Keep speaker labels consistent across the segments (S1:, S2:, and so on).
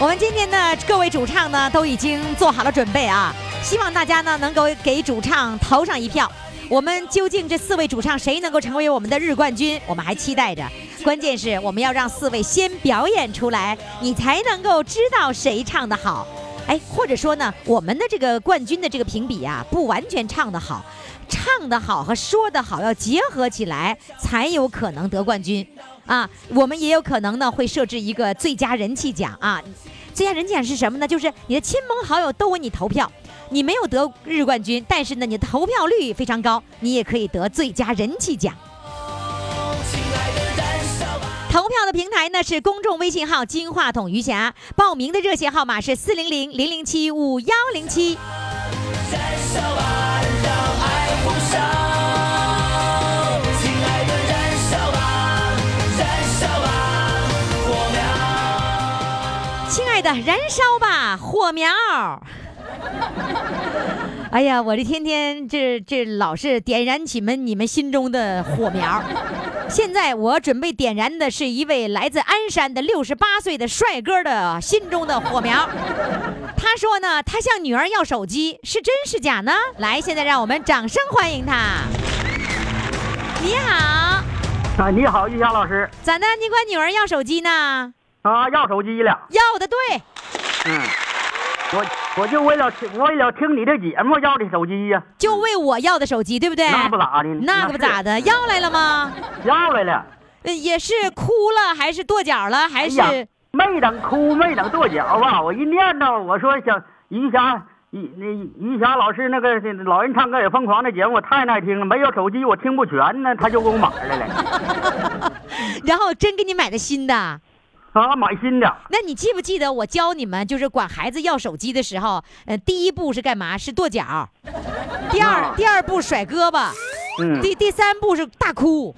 S1: 我们今天呢，各位主唱呢都已经做好了准备啊，希望大家呢能够给主唱投上一票。我们究竟这四位主唱谁能够成为我们的日冠军，我们还期待着。关键是我们要让四位先表演出来，你才能够知道谁唱得好。哎，或者说呢，我们的这个冠军的这个评比啊，不完全唱得好，唱得好和说得好要结合起来，才有可能得冠军。啊，我们也有可能呢会设置一个最佳人气奖啊。最佳人气奖是什么呢？就是你的亲朋好友都为你投票，你没有得日冠军，但是呢你的投票率非常高，你也可以得最佳人气奖。投票的平台呢是公众微信号“金话筒余霞”，报名的热线号码是四零零零零七五幺零七。亲爱的，燃烧吧火苗！ 哎呀，我这天天这这老是点燃起们你们心中的火苗。现在我准备点燃的是一位来自鞍山的六十八岁的帅哥的心中的火苗。他说呢，他向女儿要手机，是真是假呢？来，现在让我们掌声欢迎他。你好，
S2: 啊，你好，玉霞老师
S1: 咋的？你管女儿要手机呢？
S2: 啊，要手机了，
S1: 要的对。
S2: 嗯，我我就为了听为了听你的节目要的手机呀、
S1: 就为我要的手机，对不对？
S2: 嗯那不啊咋的，
S1: 那可不咋
S2: 的，
S1: 的，要来了吗？
S2: 要来了，
S1: 呃也是哭了，还是跺脚了，还
S2: 哎
S1: 是、
S2: 呀，没等哭，没等跺脚吧，我一念叨，我说想余霞。余那余霞老师那个老人唱歌也疯狂的节目太耐听了，没有手机我听不全呢，他就给我买来了，
S1: 然后真给你买的新的。
S2: 啊，买新的，
S1: 那你记不记得我教你们，就是管孩子要手机的时候，呃，第一步是干嘛？是跺脚，第二
S2: 啊
S1: 第二步甩胳膊，
S2: 嗯
S1: 第第三步是大哭。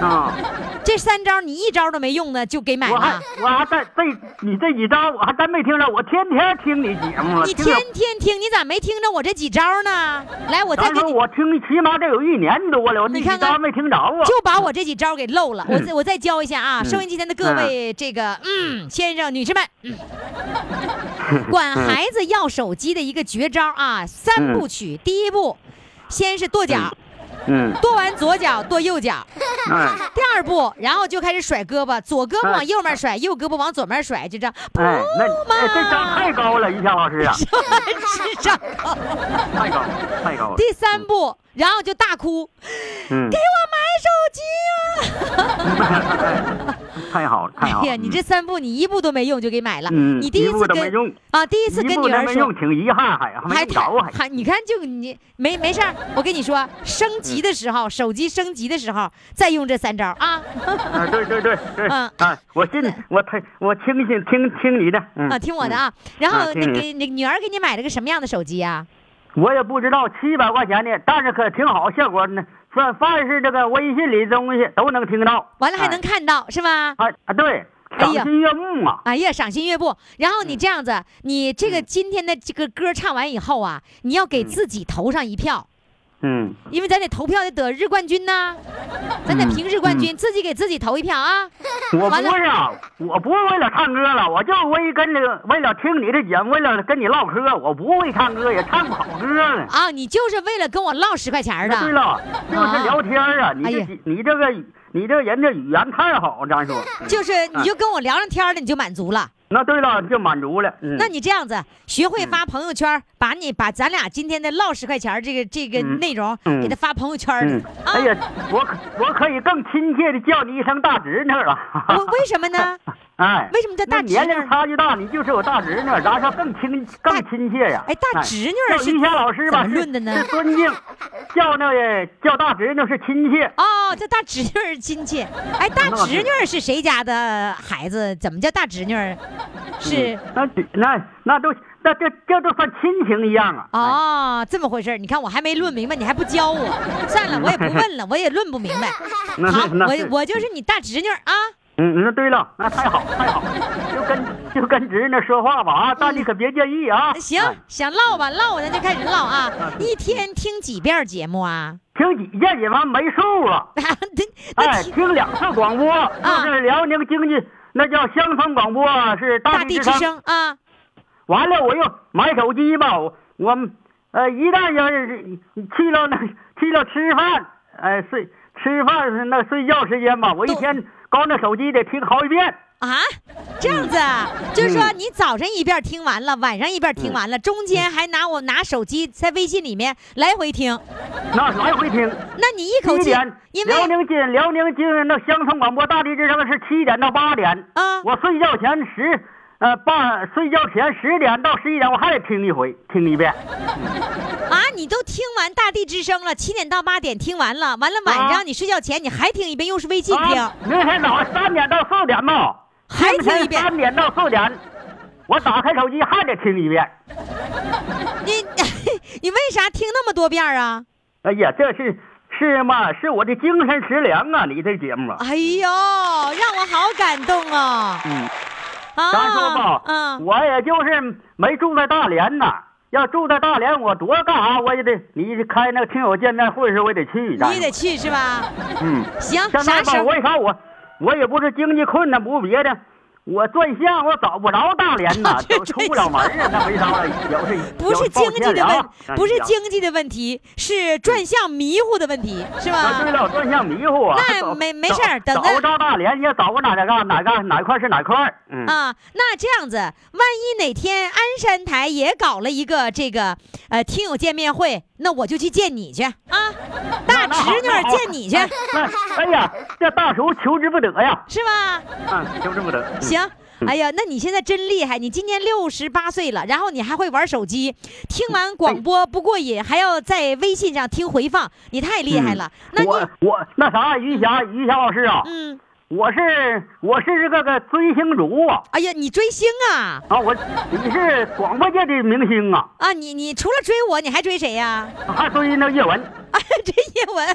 S2: 啊，
S1: 这三招你一招都没用呢，就给买
S2: 我还
S1: 了。
S2: 我还在这你这几招我还真没听着，我天天听你节目了，
S1: 你
S2: 着
S1: 天天听，你咋没听着我这几招呢？来，我再
S2: 当
S1: 给
S2: 时
S1: 你。
S2: 我听起码得有一年多了，我这
S1: 你
S2: 一
S1: 看看
S2: 招没听着啊。
S1: 就把我这几招给漏了。
S2: 嗯
S1: 我再我再教一下啊，收音机前的各位这个嗯先生女士们， 嗯，管孩子要手机的一个绝招啊，三部曲。第一步，先是跺脚，
S2: 嗯，
S1: 跺完左脚跺右 脚。
S2: 哎，
S1: 第二步，然后就开始甩胳膊，左胳膊往右面甩，右胳膊往左面甩，就这样。
S2: 嗯哎，
S1: 哦
S2: 那哎这招太高了，于霞老师啊，
S1: 是这样
S2: 太高了，太高了。
S1: 第三步，然后就大哭，
S2: 嗯
S1: 给，我买手机啊！
S2: 哎太好了，太好了。
S1: 哎呀，你这三步你一步都没用就给买了。
S2: 嗯
S1: 你第一
S2: 一步
S1: 次
S2: 都没
S1: 跟
S2: 用
S1: 啊，第一
S2: 嗯一
S1: 次跟女儿
S2: 没
S1: 说
S2: 用，，挺遗憾，还还没
S1: 还
S2: 听着啊还。
S1: 还你看就你没没事儿，我跟你说，
S2: 嗯
S1: 升级的时候，手机升级的时候再用这三招啊。
S2: 啊，对对对对，
S1: 嗯
S2: 啊，我信，我太我听信听听你的，嗯
S1: 啊，听我的，啊！然后
S2: 啊听
S1: 那
S2: 你
S1: 给那女儿给你买了个什么样的手机啊呀？
S2: 嗯我也不知道七百块钱的，但是可挺好，效果呢，凡凡是这个微信里的东西都能听到。哎
S1: 完了还能看到是吧？
S2: 啊啊，对，
S1: 哎
S2: 赏
S1: 呀
S2: 心悦目啊。
S1: 哎呀，赏心悦目。然后
S2: 嗯
S1: 你这样子，你这个今天的这个歌唱完以后啊，你要给自己投上一票，
S2: 嗯，
S1: 因为咱得投票得得日冠军呐，咱得评日
S2: 嗯
S1: 冠军，自己给自己投一票 啊。
S2: 我
S1: 完了
S2: 不是啊，我不是为了唱歌了，我就为跟那个为了听你的节目，为了跟你唠嗑，我不会唱歌，也唱不好歌呢。哎
S1: 啊，你就是为了跟我唠十块钱儿的。
S2: 啊对了，就是聊天啊，你
S1: 哎
S2: 这、
S1: 呀
S2: 你这个你这人这语言太好，咱说，
S1: 就是
S2: 嗯
S1: 你就跟我聊上天儿了，你就满足了。
S2: 那对了就满足了。嗯、
S1: 那你这样子，学会发朋友圈儿，把你把咱俩今天的唠十块钱儿这个这个内容
S2: 嗯
S1: 给他发朋友圈儿
S2: 嗯
S1: 里，
S2: 哎
S1: 啊。
S2: 呀，我可我可以更亲切的叫你一声大侄女啊了。
S1: 我为什么 呢？
S2: 哎，
S1: 为什么叫大
S2: 那
S1: 侄女
S2: 年龄差距大，你就是我大侄女，然后更亲更亲切呀。
S1: 哎大侄女
S2: 叫
S1: 是
S2: 于霞老师吧？
S1: 怎么论的呢
S2: 是是尊敬，叫那个叫大侄女是亲切。
S1: 哦，这大侄女儿亲戚。哎，大
S2: 那
S1: 侄女儿是谁家的孩子？怎么叫大侄女儿？是。
S2: 那那那都那这这都算亲情一样啊。
S1: 哦，这么回事儿你看我还没论明白，你还不教我，算了，我也不问了，我也论不明白。
S2: 那
S1: 好，
S2: 那是
S1: 我我就是你大侄女儿啊。
S2: 嗯，那对了，那太好太好，就跟就跟侄女说话吧啊，但你可别介意啊。
S1: 嗯行
S2: 哎，
S1: 想唠吧，唠咱就开始唠啊。一天听几遍儿节目啊？
S2: 听几遍也完没数了。
S1: 那那
S2: 哎，
S1: 听啊
S2: 听两次广播，就是辽宁经济那叫乡村广播，是
S1: 大
S2: 大
S1: 地
S2: 地
S1: 之
S2: 之声。
S1: 声啊。
S2: 完了，我又买手机吧，我我呃，一旦要是去了那 去了吃饭，哎、睡吃饭那睡觉时间吧，我一
S1: 都
S2: 天搞那手机得听好几遍。
S1: 啊，这样子啊，就是说你早晨一遍听完了，晚上一遍听完了，中间还拿我拿手机在微信里面来回听，
S2: 那来回听，
S1: 那你一 口气
S2: 七点，，
S1: 因
S2: 辽
S1: 为
S2: 宁经辽宁经那乡村广播大地之声是七点到八点，
S1: 啊
S2: 我睡觉前十呃半睡觉前十点到十一点我还得听一回，听一遍。
S1: 啊，你都听完《大地之声》了，七点到八点听完了，完了晚
S2: 啊
S1: 上你睡觉前你还听一遍，又是微信听
S2: 啊，，明天早上三点到四点吧，
S1: 还
S2: 今
S1: 听一
S2: 天
S1: 遍，
S2: 三点到四点，我打开手机还得听一遍。
S1: 你你为啥听那么多遍儿啊？
S2: 哎呀，这是是嘛？是我的精神食粮啊！你这节目啊，
S1: 哎呦，让我好感动哦！
S2: 嗯，
S1: 啊，
S2: 咱说吧，
S1: 嗯，
S2: 我也就是没住在大连呐。要住在大连，我多干啥我也得，你开那个听友见面会时候我也得去。
S1: 你也得去是吧？
S2: 嗯，
S1: 行，
S2: 现
S1: 啥
S2: 在
S1: 时
S2: 吧，
S1: 候？
S2: 为啥我我也不是经济困难，不是别的，我转向我找不着大连
S1: ，
S2: 呐
S1: 这
S2: 就出不了门啊，那没啥有是
S1: 不是
S2: 有
S1: 经济
S2: 抱
S1: 的
S2: 歉啊
S1: 问，不是
S2: 啊
S1: 经济的问题，是转向迷糊的问题，是
S2: 啊，对
S1: 吧？
S2: 了，转向迷糊啊。
S1: 那
S2: 找
S1: 没没事儿
S2: 找
S1: 等着
S2: 找不着大连，也找不哪哪干哪干哪块是哪块儿。嗯，
S1: 啊，那这样子，万一哪天鞍山台也搞了一个这个呃听友见面会，那我就去见你去啊，大
S2: 那好
S1: 侄女儿
S2: 那好
S1: 见你去，
S2: 那哎呀，这大叔求之不得呀，
S1: 是吧？
S2: 啊，求之不得。嗯，
S1: 行。哎呀，那你现在真厉害！你今年六十八岁了，然后你还会玩手机，听完广播不过瘾，还要在微信上听回放，你太厉害了。那
S2: 嗯我
S1: 你，
S2: 我那啥，于霞于霞老师啊，
S1: 嗯，
S2: 我是我是这个个追星族啊
S1: 哎呀，你追星啊？
S2: 啊，我你是广播界的明星啊，
S1: 啊，你你除了追我，你还追谁呀、
S2: 还追那叶文。
S1: 啊， 追叶文。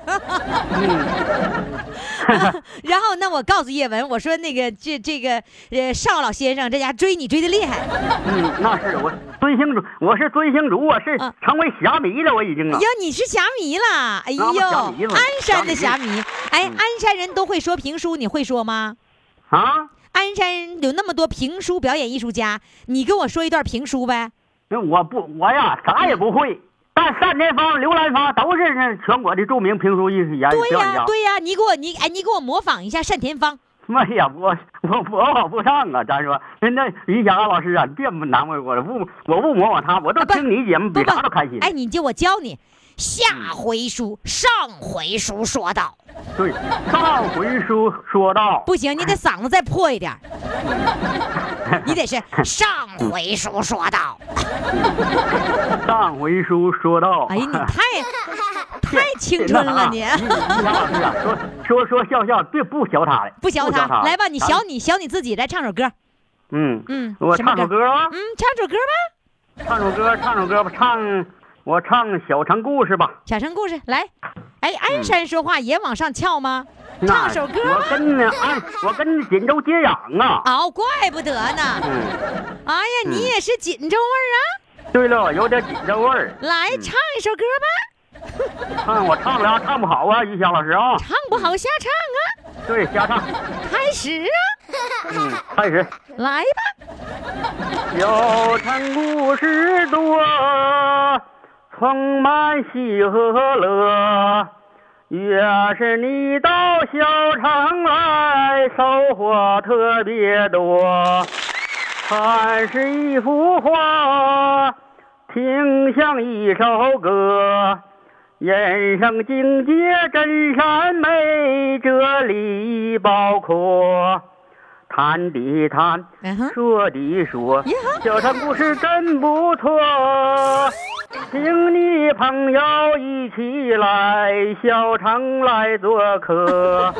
S1: 然后那我告诉叶文，我说那个这这个呃邵老先生，这家追你追的厉害，
S2: 嗯，那是我追星族，我是追星族，我是
S1: 啊
S2: 成为侠迷了，我已经
S1: 哎
S2: 啊
S1: 呀。，你是侠迷啦！哎呦，
S2: 啊我侠迷嘛
S1: 鞍山的
S2: 侠
S1: 侠
S2: 迷嗯
S1: 迷，哎，鞍山人都会说评书，你会说吗？
S2: 啊，
S1: 鞍山有那么多评书表演艺术家，你跟我说一段评书呗？
S2: 那我不，我呀啥也不会。但单田芳、刘兰芳都是那全国的著名评书艺术家、
S1: 对
S2: 表演
S1: 呀、
S2: 家。
S1: 对呀、你给我你哎，你给我模仿一下单田芳。
S2: 妈呀，我我我考不上啊！咱说，那于霞老师啊，你别难为我了，不，我不模仿他，我都
S1: 啊不
S2: 听你节目，
S1: 不
S2: 比
S1: 不
S2: 啥都开心。
S1: 哎，你就我教
S2: 嗯
S1: 你。下回书，上回书说到，
S2: 对，上回书说到，
S1: 不行，你得嗓子再破一点儿， 你得是上回书说到。
S2: 上回书说到，
S1: 哎呀，你 太太青春了你
S2: 那啥于于霞老师啊，说说说笑笑，别不学他了，
S1: 不小
S2: 学
S1: 他，来吧，你
S2: 咱
S1: 小你小你自己，来唱首歌，
S2: 嗯
S1: 嗯
S2: 我
S1: 什么
S2: 唱首
S1: 歌
S2: 歌啊，
S1: 嗯，唱首歌吧，
S2: 唱首歌，唱首歌吧，唱我唱《小城故事》吧。
S1: 小城故事来。哎，鞍山说话也往上翘吗？
S2: 嗯那
S1: 唱首歌
S2: 我
S1: 吧。
S2: 跟那安，我跟锦州接壤啊。
S1: 哦，怪不得呢。
S2: 嗯，
S1: 哎呀，你也是锦州味
S2: 对了，有点紧张味儿。
S1: 儿啊！来唱一首歌吧，
S2: 唱我唱不了，唱不好啊，于霞老师啊。
S1: 唱不好瞎唱啊！
S2: 对，瞎唱。
S1: 开始啊，
S2: 嗯，开始。
S1: 来吧。
S2: 小城故事多，充满喜和乐。越是你到小城来，收获特别多。看是一幅画，听像一首歌，人生境界真善美，这里包括谈的谈，
S1: 嗯哼，
S2: 说的说
S1: 呀，
S2: 小城故事真不错，请你朋友一起来，小城来做 客，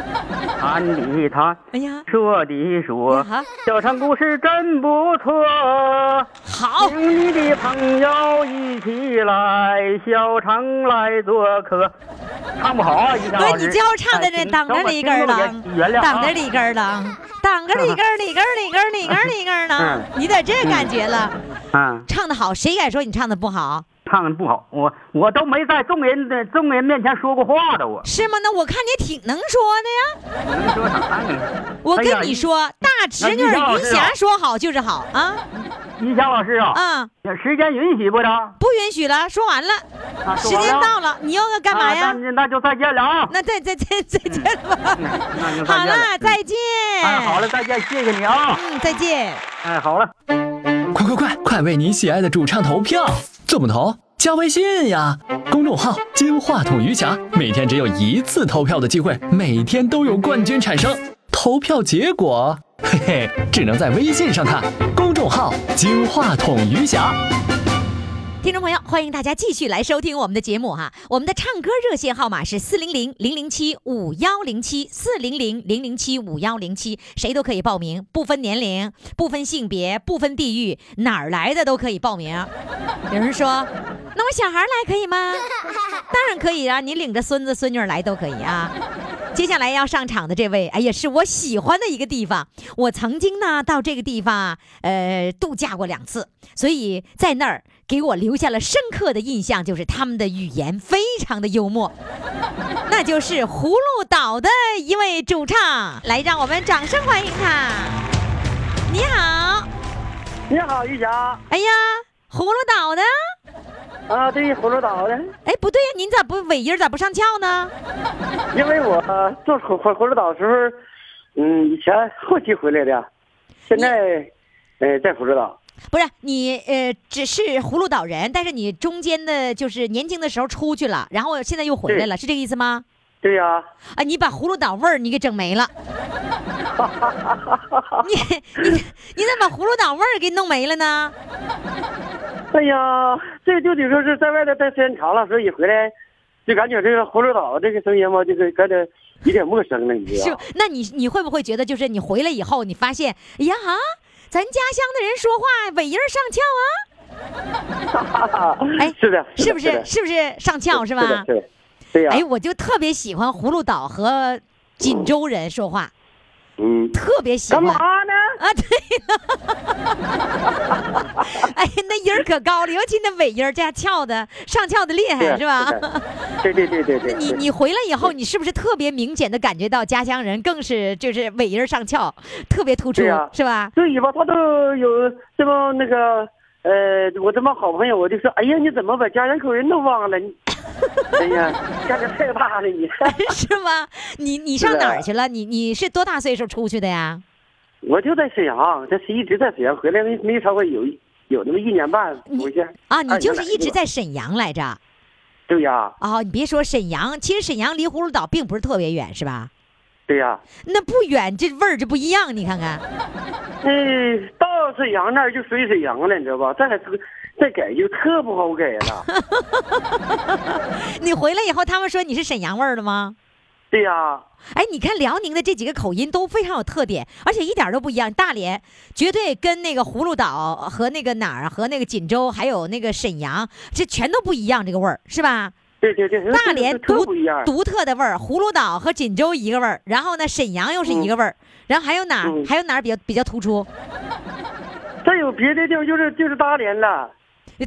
S2: 谈的谈，
S1: 哎呀，
S2: 说的说
S1: 呀，
S2: 小城故事真不错，
S1: 哦好，
S2: 请你的朋友一起来，小城来做客。唱不好啊，一
S1: 哥，你最后唱
S2: 哎
S1: 的这挡着里根儿了，
S2: 原谅啊
S1: 挡着里根儿了，啊挡着里根儿里根儿里根儿里根儿里根儿呢，你咋这感觉了？
S2: 嗯，
S1: 唱的好，谁敢说你唱的不好？
S2: 唱的不好，我我都没在众人的众人面前说过话 的，我
S1: 是吗？那我看你挺能说的呀。
S2: 能说啥呢？
S1: 我
S2: 哎呀
S1: 跟你，说，大侄女
S2: 那于霞老师
S1: 云
S2: 啊
S1: 霞说好就是好啊
S2: 于霞老师啊，
S1: 啊，
S2: 时间允许不着？
S1: 不允许了，说完了，
S2: 啊
S1: 时间到了，你又要干嘛呀？
S2: 那那就再见了啊！
S1: 那再再再再见了吧
S2: 嗯那就再见了。
S1: 好了，
S2: 嗯
S1: 再见。
S2: 哎，好了，，再见，谢谢你啊！
S1: 嗯，再见。
S2: 哎，好了。
S3: 快快快，快为你喜爱的主唱投票！怎么投？加微信呀，公众号“金话筒余霞”，每天只有一次投票的机会，每天都有冠军产生。投票结果，嘿嘿，只能在微信上看。公众号“金话筒余霞”。
S1: 听众朋友，欢迎大家继续来收听我们的节目哈。我们的唱歌热线号码是四零零零零七五幺零七四零零零零七五幺零七，谁都可以报名，不分年龄、不分性别、不分地域，哪儿来的都可以报名。 有人说，那我小孩来可以吗？当然可以啊，你领着孙子孙女儿来都可以啊。接下来要上场的这位，哎呀，是我喜欢的一个地方。我曾经呢到这个地方啊，呃，度假过两次，所以在那儿给我留下了深刻的印象，就是他们的语言非常的幽默。那就是葫芦岛的一位主唱，来，让我们掌声欢迎他。你好，
S2: 你好，玉霞。
S1: 哎呀，葫芦岛的，
S2: 啊，对，葫芦岛的，
S1: 哎，不对呀，您咋不尾音儿咋不上翘呢？
S2: 因为我呃做葫葫葫芦岛时候，嗯，以前后期回来的，现在，呃，在葫芦岛。
S1: 不是你呃，只是葫芦岛人，但是你中间的就是年轻的时候出去了，然后现在又回来了，是这个意思吗？
S2: 对呀、
S1: 啊，你把葫芦岛味儿你给整没 了，你你你咋把葫芦岛味儿给弄没了呢？
S2: 哎呀，这个就得说是在外头待时间长了，所以回来，就感觉这个葫芦岛这个声音吧，就是感觉有点陌生了，你知
S1: 是
S2: 道？，
S1: 那你你会不会觉得就是你回来以后，你发现，哎呀哈，咱家乡的人说话尾音儿上翘啊， 哎
S2: 是的，
S1: 是
S2: 的
S1: 不
S2: 是
S1: 是？
S2: 的？
S1: 是不是上翘是吧？
S2: 的，是的，对呀、
S1: 哎，我就特别喜欢葫芦岛和锦州人说话，
S2: 嗯，
S1: 特别喜
S2: 干
S1: 欢。
S2: 嘛呢？
S1: 啊，对了，哎，那音儿可高了，尤其那尾音儿，这样翘的上翘的厉害
S2: 对
S1: 是吧？嗯
S2: 的对对对对对。
S1: 那你
S2: 对
S1: 你回来以后，你是不是特别明显的感觉到家乡人更是就是尾音儿上翘，特别突出、
S2: 对啊
S1: 是吧？
S2: 对吧？他都有这帮那个呃，我这帮好朋友，我就说，哎呀，你怎么把家乡口音都忘了？你哎呀，干的太大了你！
S1: 是吗？你你上哪儿去了？你你是多大岁数出去的呀？
S2: 我就在沈阳，这是一直在沈阳，回来没没超过有一有那么一年半
S1: 你
S2: 回去。
S1: 啊，你
S2: 哎
S1: 就
S2: 原
S1: 是
S2: 来
S1: 一直
S2: 吧
S1: 在沈阳来着啊、
S2: 对呀，
S1: 哦？你别说沈阳，其实沈阳离葫芦岛并不是特别远，是吧？
S2: 对呀。
S1: 那不远，这味儿就不一样，你看看。
S2: 嗯，到沈阳那儿就属于沈阳了，你知道吧？再再改就特不好改 了。
S1: 你回来以后，他们说你是沈阳味儿的吗？
S2: 对呀，
S1: 哎，你看辽宁的这几个口音都非常有特点，而且一点儿都不一样。大连绝对跟那个葫芦岛和那个哪儿啊和那个锦州还有那个沈阳，这全都不一样，这个味儿是吧？
S2: 对对对，
S1: 大连
S2: 特
S1: 独
S2: 不一样。
S1: 独特的味儿，葫芦岛和锦州一个味儿，然后呢沈阳又是一个味儿，然后还有哪儿
S2: 嗯
S1: 还有哪儿比较比较突出？
S2: 再有别的地方就是就是大连了。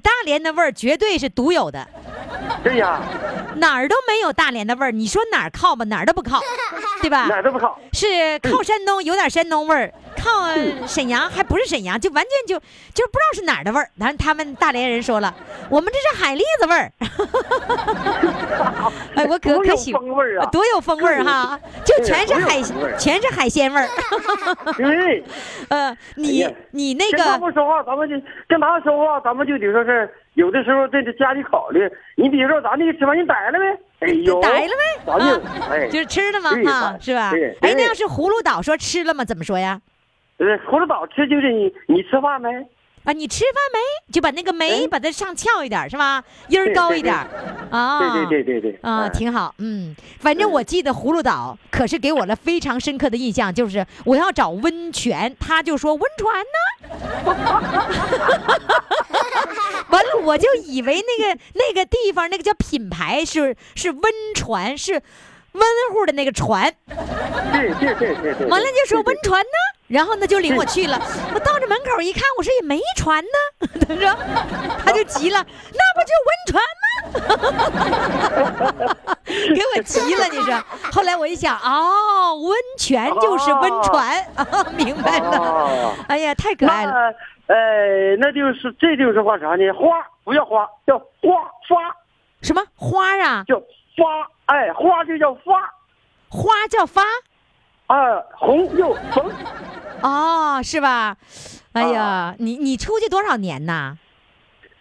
S1: 大连的味儿绝对是独有的，
S2: 对呀，
S1: 哪儿都没有大连的味儿。你说哪儿靠吧，哪儿都不靠，对吧？
S2: 哪儿都不好。
S1: 是靠山东有点山东味儿，靠呃沈阳还不是沈阳，就完全就就不知道是哪儿的味儿。然后他们大连人说了，我们这是海蛎子味儿。 哎，我可
S2: 多
S1: 可
S2: 有
S1: 喜
S2: 风味儿啊
S1: 多有风味儿哈，就全是
S2: 多有
S1: 海
S2: 风味儿
S1: 全是海鲜味儿。
S2: 对。
S1: 呃，你
S2: 哎呀
S1: 你那
S2: 跟他
S1: 个
S2: 们说话，咱们就跟他们说话，咱们就得说是
S4: 有的时候这这家里考虑，你比如说咱那个吃饭，你逮了没？哎
S1: 就
S4: 呦，
S1: 逮了
S4: 咱
S1: 呗，
S4: 就
S1: 啊，
S4: 哎，
S1: 就是吃了吗？
S4: 对
S1: 啊，
S4: 哎
S1: 是吧
S4: 对？
S1: 哎，
S4: 对
S1: 那要是葫芦岛说吃了吗？怎么说呀？
S4: 呃，葫芦岛吃就是你你吃饭没？
S1: 啊，你吃饭没？就把那个没
S4: 哎
S1: 把它上翘一点，是吧？音儿
S4: 对
S1: 高
S4: 对
S1: 一点，啊，
S4: 对对对对对，
S1: 啊，
S4: 哎
S1: 挺好，嗯，反正我记得葫芦岛可是给我了非常深刻的印象，就是我要找温泉，他就说温船呢， 完了我就以为那个那个地方那个叫品牌是是温船是温乎的那个船，
S4: 对对对对对。
S1: 完了就说
S4: 对
S1: 温船 呢，然后呢就领我去了。我到这门口一看，我说也没船呢， 他说他就急了，那不就温船吗？ 给我急了，你说。后来我一想，哦，温泉就是温船，啊， 明白了
S4: 哦。
S1: 哎呀，太可爱了。
S4: 那呃，那就是这就是画啥呢？花不叫花，叫花发，
S1: 什么花啊？
S4: 叫发，哎，花就叫发，
S1: 花叫发
S4: 啊，红又 红，
S1: 哦，是吧？哎
S4: 啊
S1: 呀，你你出去多少年呐？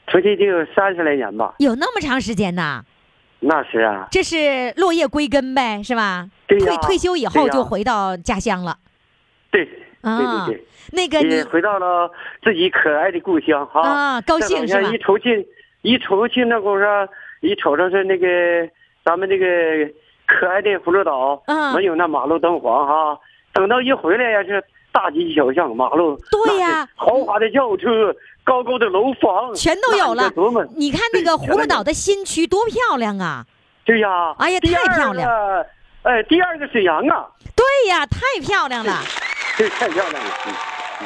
S4: 出去得有三十来年吧，
S1: 有那么长时间呐？
S4: 那是啊，
S1: 这是落叶归根呗，是吧？
S4: 对呀
S1: 退退休以后
S4: 对呀
S1: 就回到家乡了。
S4: 对，
S1: 啊
S4: 对对
S1: 那个
S4: 对，
S1: 你
S4: 也嗯回到了自己可爱的故乡哈，
S1: 啊高兴
S4: 这两
S1: 是吧
S4: 天一出去，一出去那功夫上，一瞅着是那个咱们这个可爱的葫芦岛，
S1: 嗯
S4: 没有那马路灯黄哈，等到一回来呀是。大街小巷、马路，
S1: 对呀
S4: 那是豪华的轿车、高高的楼房，
S1: 全都有
S4: 那
S1: 了
S4: 你多么，
S1: 你看那个葫芦岛
S4: 的，
S1: 的新区多漂亮啊！
S4: 对呀，
S1: 哎呀
S4: 第
S1: 太漂
S4: 二
S1: 亮
S4: 个。哎，第二个沈阳啊，
S1: 对呀，太漂亮了！
S4: 这太漂亮了。嗯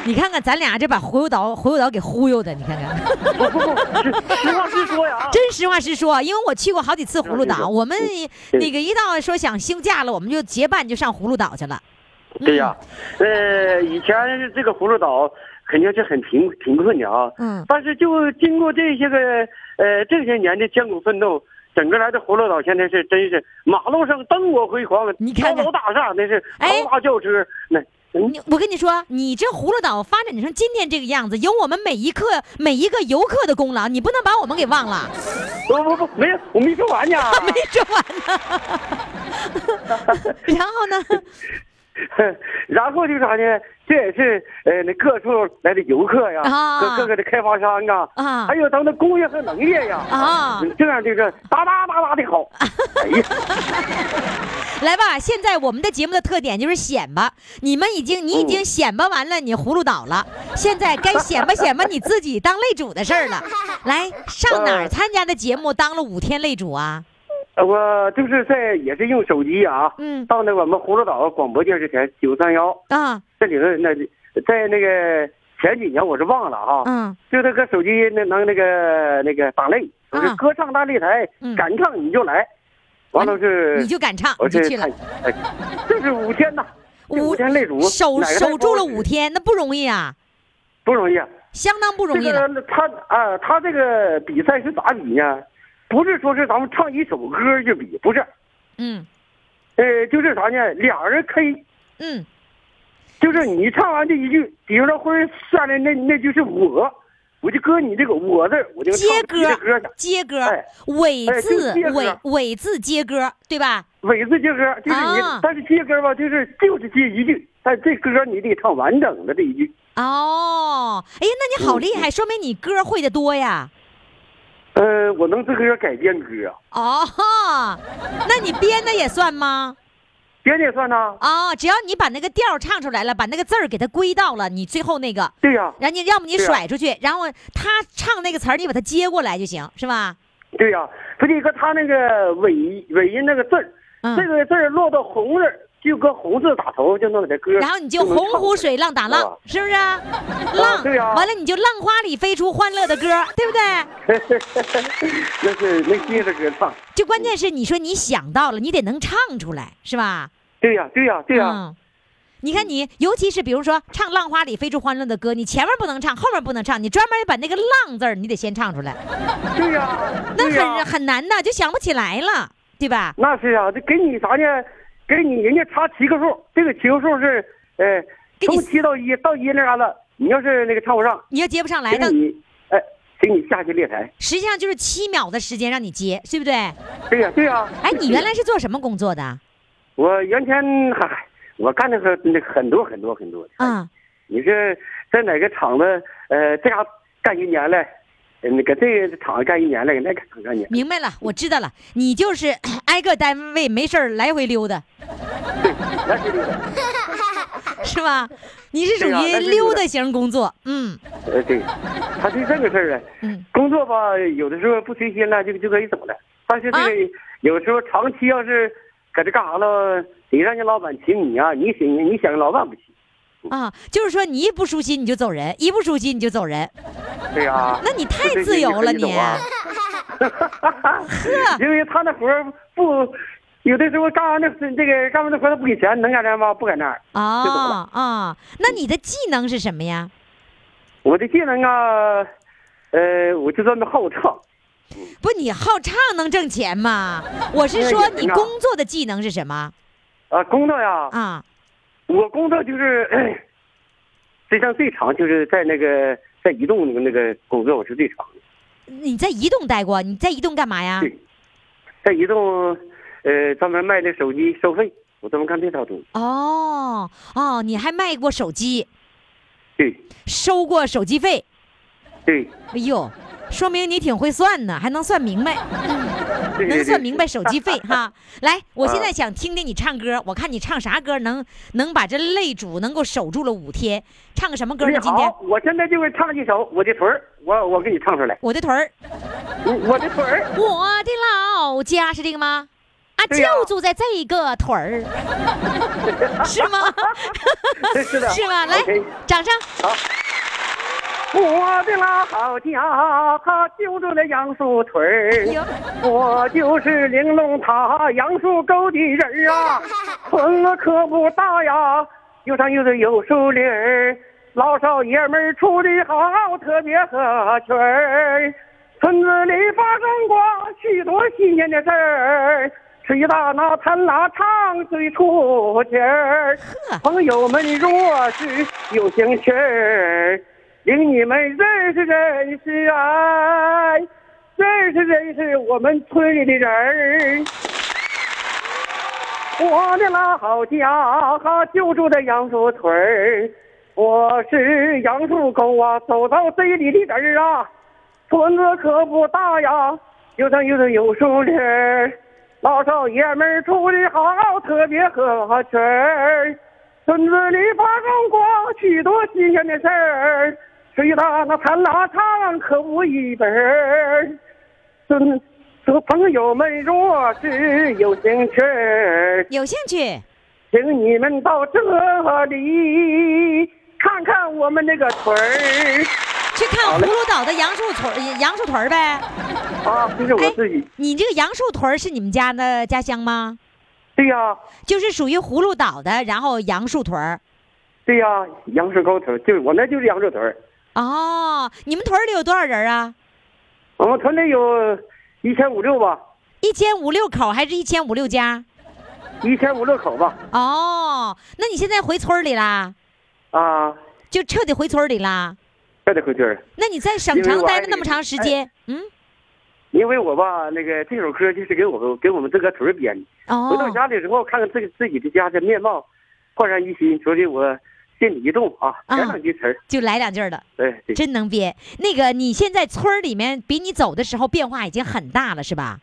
S1: 你看看咱俩这把葫芦岛葫芦岛给忽悠的，你看 看，
S4: 不不不，实实话实说呀，
S1: 真实话实说，因为我去过好几次葫芦
S4: 是
S1: 岛，
S4: 是
S1: 我们
S4: 对
S1: 那个一到说想休假了，我们就结伴就上葫芦岛去了。嗯
S4: 对呀、呃，以前这个葫芦岛肯定是很贫贫困的啊，
S1: 嗯
S4: 但是就经过这些个呃这些年的艰苦奋斗，整个来的葫芦岛现在是真是马路上灯火辉煌，
S1: 你看看
S4: 高楼大厦那是
S1: 哎
S4: 豪华轿车，那、嗯
S1: 你我跟你说，你这葫芦岛发展成今天这个样子，有我们每一刻每一个游客的功劳，你不能把我们给忘了。
S4: 不不不，没有，啊我没说完呢。
S1: 没说完呢。 然后呢？
S4: 然后就是啥呢？这也是呃，那各处来的游客呀，
S1: 啊
S4: 各各个的开发商啊，
S1: 啊
S4: 还有咱们的工业和农业呀，
S1: 啊
S4: 嗯，这样就是哒哒哒哒的 好。哎呀，
S1: 来吧，现在我们的节目的特点就是显摆，你们已经你已
S4: 嗯
S1: 经显摆完了，你葫芦岛了，现在该显摆显摆你自己当擂主的事儿了。来，上哪
S4: 嗯
S1: 儿参加的节目当了五天擂主啊？
S4: 呃我就是在也是用手机啊，
S1: 嗯
S4: 到那我们葫芦岛广播电视台九三幺
S1: 啊，
S4: 这里头那在那个前几年我是忘了啊，
S1: 嗯，
S4: 就那个手机那能那个那个打擂，我
S1: 啊
S4: 是歌唱大擂台，
S1: 嗯哎
S4: 敢唱你就来，完了是
S1: 你就敢唱，
S4: 我
S1: 你就
S4: 这
S1: 去了
S4: 看，，哎，这是五天呐，这
S1: 五
S4: 天擂主，
S1: 守
S4: 哪个
S1: 守住了
S4: 台
S1: 五天，那不容易啊，
S4: 不容易啊。
S1: 相当不容易
S4: 这
S1: 了。
S4: 个他啊，他这个比赛是咋比呢？不是说是咱们唱一首歌就比，不是，
S1: 嗯
S4: 呃，就是啥呢？俩人 K，
S1: 嗯，
S4: 就是你唱完这一句，比如说辉儿下来那那句是我，我就搁你这个我字儿，我就
S1: 接
S4: 唱你
S1: 歌
S4: 的歌去，
S1: 接歌
S4: 哎，
S1: 尾
S4: 哎就
S1: 字
S4: 接歌
S1: 尾尾字接歌，对吧？
S4: 尾字接歌，就是你，
S1: 啊
S4: 但是接歌吧，就是就是接一句，但这歌你得唱完整的这一句。
S1: 哦，哎呀，那
S4: 嗯
S1: 你好厉害，说明你歌会的多呀。
S4: 呃，我能自个儿改编歌，啊
S1: 哦， 那你编的也算吗？
S4: 编也算呐。
S1: 哦，只要你把那个调儿唱出来了，把那个字儿给它归到了，你最后那个，
S4: 对呀、
S1: 然后你要么你
S4: 对啊
S1: 甩出去，然后他唱那个词儿，你把它接过来就行，是吧？
S4: 对呀、他这个他那个尾尾音那个字儿，
S1: 嗯
S4: 这个字儿落到红字儿，就搁红字打头，就弄的歌。
S1: 然后你就
S4: 能
S1: 洪
S4: 唱出
S1: 湖
S4: 来
S1: 水浪打浪，是不是啊？浪，
S4: 对啊
S1: 完了你就浪花里飞出欢乐的歌，对不对？
S4: 那是那接着歌唱。
S1: 就关键是你说你想到了，你得能唱出来，是吧？
S4: 对呀、对呀、对呀、
S1: 嗯，你看你，尤其是比如说唱《浪花里飞出欢乐的歌》，你前面不能唱，后面不能唱，你专门把那个“浪”字儿，你得先唱出来，
S4: 对呀、
S1: 那
S4: 对呀、
S1: 很很难的，就想不起来了，对吧？
S4: 那是啊，这给你啥呢？给你人家差七个数，这个七个数是呃，
S1: 给你
S4: 从七到一到一那旮沓，你要是那个唱不上，
S1: 你要接不上来
S4: 给
S1: 的，
S4: 你哎给你下去列台。
S1: 实际上就是七秒的时间让你接，对不对？
S4: 对呀、对呀、
S1: 哎，你原来是做什么工作的？
S4: 我原先嗨，我干的很那很多很多很多。
S2: 呃
S1: 啊，
S4: 你是在哪个厂子？呃，这家干一年了，呃那个这个厂子干一年了，给那个厂干一年。
S1: 明白了，我知道了，你就是 挨个单位没事儿来回溜达，
S4: 那是的，
S1: 是吧？你是属
S4: 对啊
S1: 于
S4: 那是溜达
S1: 溜达型工作，嗯，
S4: 呃，对，他是这个事儿啊。
S1: 嗯
S4: 工作吧，有的时候不随心了就就可以走了，但是这
S1: 啊
S4: 个、有时候长期要是搁这干啥了，得让人老板请你啊，你请你想老板不请。
S1: 啊，就是说你一不舒心你就走人，一不舒心你就走人，
S4: 对呀、
S1: 那你太自由了
S4: 这这
S1: 你
S4: 这这这这 因为他那活儿不，有的时候干完那这个干完那活儿他不给钱，能干那吗？不搁那儿。
S1: 啊
S4: 就走了
S1: 啊，那你的技能是什么呀？
S4: 我的技能啊，呃，我就专门好唱，
S1: 不，你好唱能挣钱吗？我是说你工作的技能是什么
S4: 啊，工作呀，
S1: 啊？
S4: 我工作就是， 咳最像最长就是在那个在移动那个那个工作，我是最长的。
S1: 你在移动待过，你在移动干嘛呀？
S4: 对在移动，呃，专门卖那手机收费，我专门干这套东西。
S1: 哦哦，你还卖过手机，
S4: 对
S1: 收过手机费，
S4: 对，
S1: 哎呦，说明你挺会算呢，还能算明白，
S4: 对
S1: 能
S4: 对
S1: 算
S4: 对，嗯
S1: 明白手机费哈。来，我现在想听听你唱歌，我看你唱啥歌能能把这泪主能够守住了五天，唱个什么歌
S4: 你
S1: 呢？今天
S4: 哎好，我现在就会唱一首《我的屯儿》，我我给你唱出来，
S1: 我的腿儿。
S4: 《我的屯儿》。
S1: 我的老家是这个吗？啊，
S4: 对呀
S1: 就住在这个屯儿， 是吗？
S4: 是的，
S1: 是吗？来
S4: OK，
S1: 掌声！
S4: 我的老家他就住那杨树屯
S1: 哎
S4: 儿
S1: 呦，
S4: 我就是玲珑塔杨树沟的人 儿啊，屯子可不大呀，又长又的有树林儿，老少爷们儿处的好，特别合群儿。村子里发生过许多新鲜的事儿，吹打那弹拉唱最出气儿。朋友们若是有兴趣儿，领你们认识认识哎，认识认识我们村里的人儿。我的老家哈就住在杨树屯儿，我是杨树沟啊，走到这里的人儿啊，村子可不大呀，有山有水有树林儿，老少爷们儿处的好，特别合群儿。村子里发生过许多新鲜的事儿，谁打那弹拉唱可无一本儿。村说朋友们若是有兴趣儿，
S1: 有兴趣？
S4: 请你们到这里看看我们那个屯儿
S1: 去看葫芦岛的杨树屯儿，杨树屯儿呗。
S4: 啊，这是我自己。
S1: 你这个杨树屯儿是你们家的家乡吗？
S4: 对呀、
S1: 就是属于葫芦岛的，然后杨树屯儿。
S4: 对呀、杨树沟屯儿，就是我那就是杨树屯儿。
S1: 哦，你们屯儿里有多少人啊？
S4: 我们屯里有一千五六吧，
S1: 一千五六口还是一千五六家？
S4: 一千五六口吧。
S1: 哦，那你现在回村儿里啦？
S4: 啊，
S1: 就彻底回村儿里啦？
S4: 这得回村儿。
S1: 那你在省
S4: 因为
S1: 城
S4: 我
S1: 待
S4: 还
S1: 了那么长时
S4: 哎
S1: 间，嗯？
S4: 因为我吧，那个这首歌就是给我给我们这个屯儿编的。
S1: 哦，
S4: 回到家里之后，看看自己自己的家的面貌，焕然一新，所以我心里一动啊，
S1: 啊
S4: 写两句词儿。哎
S1: 就来两句儿了，
S4: 对对。
S1: 真能编。那个，你现在村儿里面比你走的时候变化已经很大了，是吧？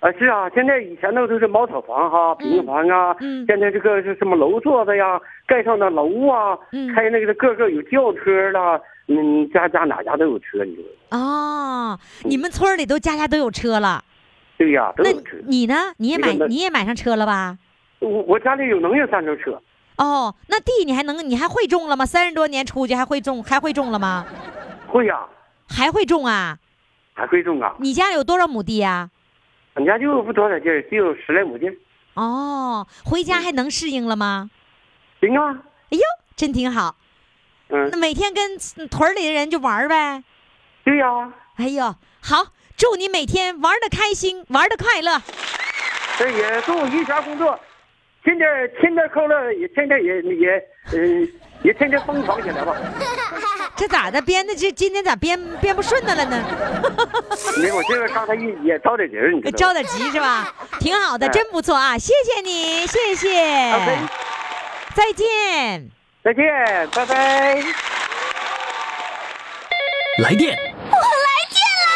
S4: 啊，是啊，现在以前那都是茅草房哈、平房啊，
S1: 嗯
S4: 现在这个是什么楼座子呀，盖上的楼啊，
S1: 嗯
S4: 还有那个个个有轿车啦，嗯，家家哪家都有车，你说
S1: 哦，你们村儿里都家家都有车了，
S4: 对呀、都
S1: 那
S4: 有车。
S1: 你呢？你也
S4: 没
S1: 买
S4: 有那
S1: 你也买上车了吧？
S4: 我我家里有能有三轮车，
S1: 哦，那地你还能你还会种了吗？三十多年出去还会种还会种了吗？
S4: 会呀、
S1: 还会种啊？
S4: 还会种啊。
S1: 你家有多少亩地啊呀、
S4: 俺家就不多少地儿，就有十来亩地儿，
S1: 哦，回家还能适应了吗？
S4: 行啊，
S1: 哎呦，真挺好。
S4: 嗯
S1: 那，每天跟屯儿里的人就玩儿呗。
S4: 对呀、
S1: 哎呦，好，祝你每天玩的开心，玩的快乐。
S4: 这也祝余霞工作，天天天天快乐，也天天也也嗯、也天天疯狂起来吧。
S1: 这咋的编的？这今天咋编编不顺的了呢？
S5: 没有，我这个刚才也也着点急儿，你知道
S1: 着
S5: 吗？
S1: 点急是吧？挺好的，
S5: 哎
S1: 真不错啊！谢谢你，谢谢，
S2: 啊
S5: OK
S1: 再见。
S5: 再见，拜拜。
S3: 来电，我来电啦！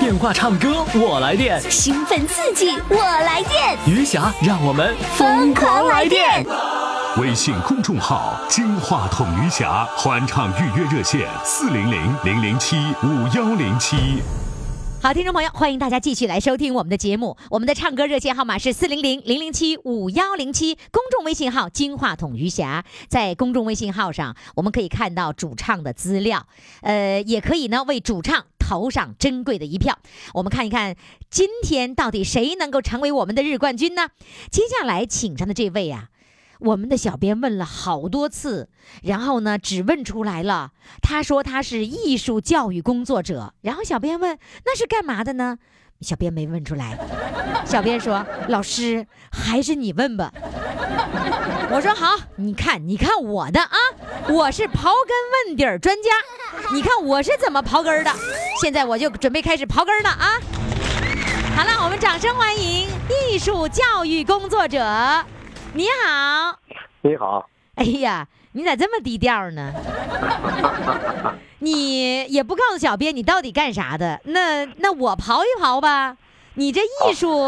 S3: 电话唱歌，我来电。
S6: 兴奋刺激，我来电，
S3: 余霞，让我们
S6: 疯狂来电！
S7: 微信公众号“金话筒余霞”欢唱预约热线：四零零零零七五幺零七。
S1: 好，听众朋友，欢迎大家继续来收听我们的节目。我们的唱歌热线号码是四零零零零七五幺零七，公众微信号“金话筒余霞”。在公众微信号上，我们可以看到主唱的资料，呃，也可以呢为主唱投上珍贵的一票。我们看一看今天到底谁能够成为我们的日冠军呢？接下来请上的这位啊。我们的小编问了好多次，然后呢，只问出来了。他说他是艺术教育工作者，然后小编问那是干嘛的呢？小编没问出来。小编说：“老师，还是你问吧。”我说：“好，你看，你看我的啊，我是刨根问底儿专家，你看我是怎么刨根儿的。现在我就准备开始刨根儿了啊。”好了，我们掌声欢迎艺术教育工作者。你好，
S5: 你好，
S1: 哎呀，你咋这么低调呢？你也不告诉小编你到底干啥的，那那我刨一刨吧。你这艺术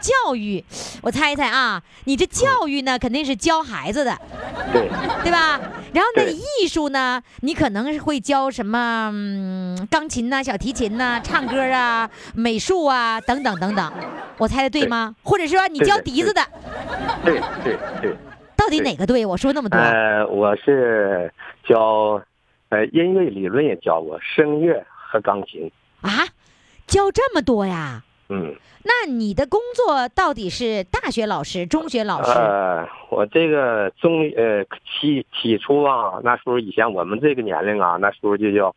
S1: 教育，我猜一猜啊，你这教
S5: 嗯
S1: 育呢肯定是教孩子的，
S5: 对，
S1: 对吧？然后呢，
S5: 对
S1: 艺术呢，你可能是会教什么、嗯、钢琴呐、小提琴呐、唱歌啊、美术啊等等等等，我猜的对吗？或者说你
S5: 对
S1: 教
S5: 对
S1: 笛子的，
S5: 对对对，
S1: 到底
S5: 对
S1: 哪个对？我说那么多，
S5: 呃，我是教，呃，音乐理论也教过，声乐和钢琴，
S1: 啊，教这么多呀？
S5: 嗯，
S1: 那你的工作到底是大学老师、中学老师？
S5: 呃，我这个中呃起起初啊，那时候以前我们这个年龄啊，那时候就叫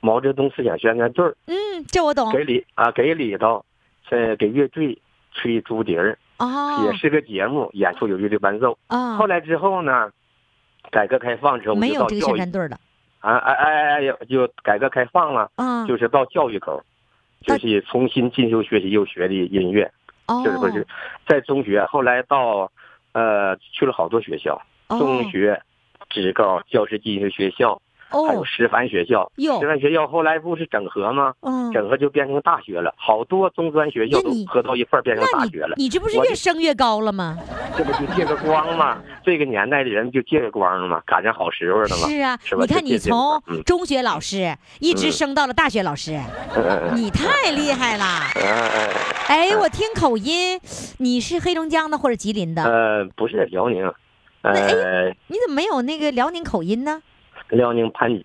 S5: 毛泽东思想宣传队儿
S1: 嗯，这我懂。
S5: 给里啊给里头，呃给乐队吹竹笛儿，
S1: 哦
S5: 也是个节目，演出有乐队伴奏。后
S1: 哦，
S5: 来之后呢，改革开放之后
S1: 没
S5: 就
S1: 有
S5: 到
S1: 这个
S5: 教
S1: 宣
S5: 育
S1: 传队儿了
S5: 啊哎哎哎，就改革开放了，
S1: 啊。
S5: 就是到教育口，就是重新进修学习又学的音乐，
S1: 哦，
S5: 就是说是在中学，后来到呃去了好多学校。
S1: 哦
S5: 中学、职高、教师进修学校，还有
S1: 哦，
S5: 师范学校。
S1: 哟
S5: 师，范学校后来不是整合吗？
S1: 嗯，
S5: 整合就变成大学了，好多中专学校
S1: 那
S5: 都
S1: 你
S5: 合到一块儿变成
S1: 那
S5: 大
S1: 你
S5: 学了。
S1: 你这不是
S5: 我
S1: 越
S5: 就
S1: 升越高了吗？
S5: 这不就借个光吗？这个年代的人就借个光了吗？赶上好时候了吗？
S1: 是啊，
S5: 是吧
S1: 你看
S5: 就
S1: 你
S5: 这这个
S1: 从
S5: 嗯
S1: 中学老师一直
S5: 嗯
S1: 升到了大学老师，
S5: 嗯嗯
S1: 你太厉害了。
S5: 嗯呃
S1: 哎，我听口音，你是黑龙江的或者吉林的，
S5: 呃，不是辽宁，呃，
S1: 你怎么没有那个辽宁口音呢？
S5: 辽宁盘锦。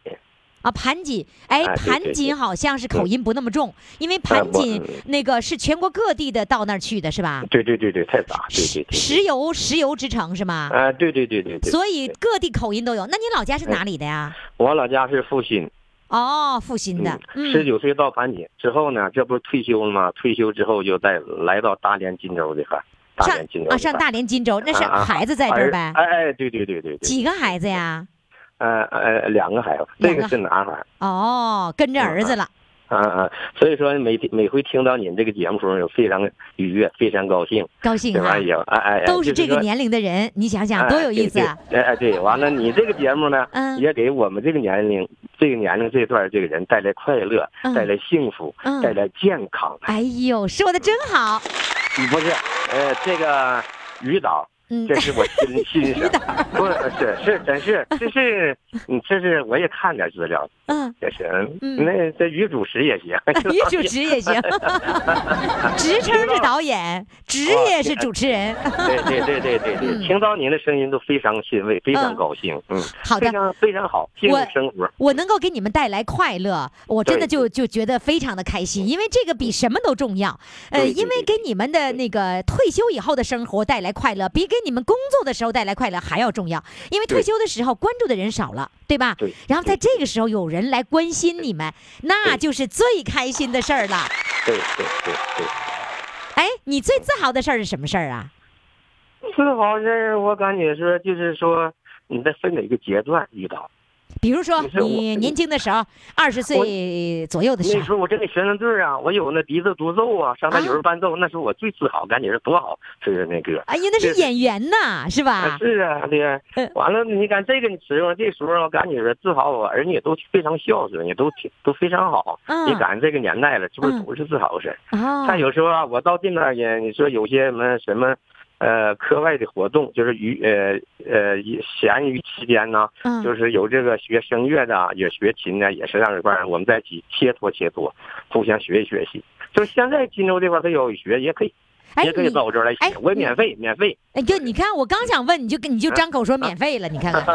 S1: 啊，盘锦，哎，
S5: 啊对对
S1: 盘锦
S5: 对
S1: 好像是口音不那么重，因为盘
S5: 我
S1: 锦
S5: 嗯
S1: 那个是全国各地的到那儿去的，是吧？
S5: 对对对对，太杂，对对对。
S1: 石油石油之城是吗？
S5: 啊，对对对对对，哎
S1: 所以各地口音都有。那你老家是哪里的呀？
S5: 我老家是阜新，
S1: 哦，阜新的，
S5: 十
S1: 嗯，
S5: 九岁到盘锦之后呢，这不是退休了吗？退休之后就再来到大连金州这块儿，大
S1: 上
S5: 连金州
S1: 啊
S5: 这
S1: 上
S5: 块儿
S1: 大连金州，那是
S5: 啊啊
S1: 孩子在这儿呗
S5: 哎？哎，对对对对对，
S1: 几个孩子呀？
S5: 呃呃，两个孩子，
S1: 两
S5: 这
S1: 个
S5: 个是男孩儿，
S1: 哦，跟着儿子了。
S5: 啊啊，所以说每天每回听到您这个节目时候，非常愉悦，非常高兴，
S1: 高兴
S5: 这玩
S1: 啊
S5: 意！儿也哎哎，哎
S1: 都是
S5: 就
S1: 这个
S5: 说
S1: 年龄的人，你想想
S5: 哎
S1: 多有意思
S5: 对
S1: 啊！
S5: 对哎哎，对，完了，你这个节目呢，
S1: 嗯
S5: 也给我们这个年龄、这个年龄这段儿这个人带来快乐，
S1: 嗯
S5: 带来幸福，
S1: 嗯
S5: 带来健康。
S1: 哎呦，说的真好，
S5: 你不是，呃，这个于导，
S1: 嗯
S5: 这，是我 心心声。不是是真是，这是你这是我也看点资料，
S1: 嗯。
S5: 也是。
S1: 嗯
S5: 那这于主持也 行，
S1: 女主持也 行，职称是导演，职业是主持人。
S5: 对对对对对
S1: 嗯
S5: 对，听到您的声音都非常欣慰，非常高兴，嗯，
S1: 好
S5: 非
S1: 的，
S5: 常非常好，幸福
S1: 我
S5: 生活。
S1: 我能够给你们带来快乐，我真的就就觉得非常的开心，因为这个比什么都重要。呃，
S5: 对对
S1: 因为给你们的那个退休以后的生活带来快乐，比给你们工作的时候带来快乐还要重要。因为退
S5: 对
S1: 休的时候关注的人少了，对吧？
S5: 对
S1: 然后在这个时候有人来关心你们，那
S5: 对
S1: 就是最开心的事儿了。
S5: 对对对对。
S1: 哎，你最自豪的事儿是什么事儿啊？
S5: 自豪事儿，我感觉说就是说你在分哪个阶段遇到，
S1: 比如说
S5: 你是我
S1: 你年轻的时候，二十岁左右的时
S5: 那时
S1: 候，
S5: 候我这个学生队儿啊，我有那笛子独奏啊，上台有人伴奏，那时候我最自豪，感觉是多好，吹的那歌。
S1: 哎呀，那是
S5: 对
S1: 演员呐，是吧？
S5: 是啊，对啊
S1: 嗯。
S5: 完了，你看这个你使用，这时候我啊感觉是自豪，啊我儿女都非常孝顺，也都挺都非常好。
S1: 嗯
S5: 你赶上这个年代了，是不是
S1: 嗯
S5: 都是自豪事儿？
S1: 啊
S5: 再有时候啊，我到这面儿也，你说有些什么什么，呃，课外的活动，就是娱呃呃闲余期间呢，
S1: 嗯
S5: 就是有这个学声乐的啊，也学琴的，也是让这块儿我们在一起切磋切磋，互相学习学习。就是现在荆州这块儿，他有学也可以，
S1: 哎
S5: 也可以
S1: 你
S5: 到我这儿来
S1: 哎
S5: 学，我也免费免费。
S1: 哎就你看，我刚想问你就跟你就张口说免费了，你看看，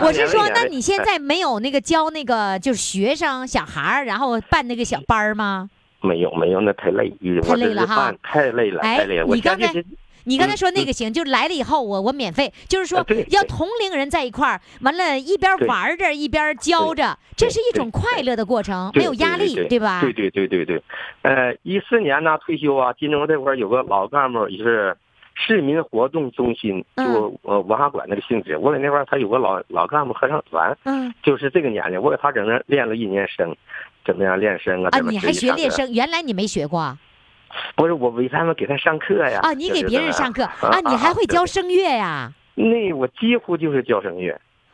S1: 我是说，那你现在没有那个教那个就是学生小孩儿，然后办那个小班儿吗？
S5: 没有没有，那太累，
S1: 太
S5: 我
S1: 累
S5: 这
S1: 了
S5: 是
S1: 哈
S5: 饭太累了，
S1: 哎
S5: 太累了。我
S1: 你刚
S5: 相
S1: 才
S5: 信这
S1: 你刚才
S5: 嗯
S1: 说那个行，就是来了以后我我免费，就是说
S5: 啊对
S1: 要
S5: 对
S1: 同龄人在一块儿，完了一边
S5: 对
S1: 玩着一边教着，这
S5: 对
S1: 是一种
S5: 对
S1: 快乐的过程，
S5: 对
S1: 没有压力，
S5: 对
S1: 对吧？
S5: 对对对对对，呃，一四年呢退休啊，金州这块儿有个老干部，也是市民活动中心，
S1: 嗯
S5: 就呃文化馆那个性质。我在那块儿，他有个老老干部合唱团，
S1: 嗯
S5: 就是这个年龄，我给他整那练了一年声，怎么样练声啊？
S1: 啊，
S5: 怎么
S1: 你还
S5: 习
S1: 学
S5: 唱
S1: 练
S5: 歌？
S1: 声，原来你没学过啊？
S5: 不是我为他们给他上课呀。
S1: 啊你给
S5: 就是
S1: 别人
S5: 这样
S1: 上课啊？你还会
S5: 对
S1: 教声乐呀？
S5: 那我几乎就是教 声乐。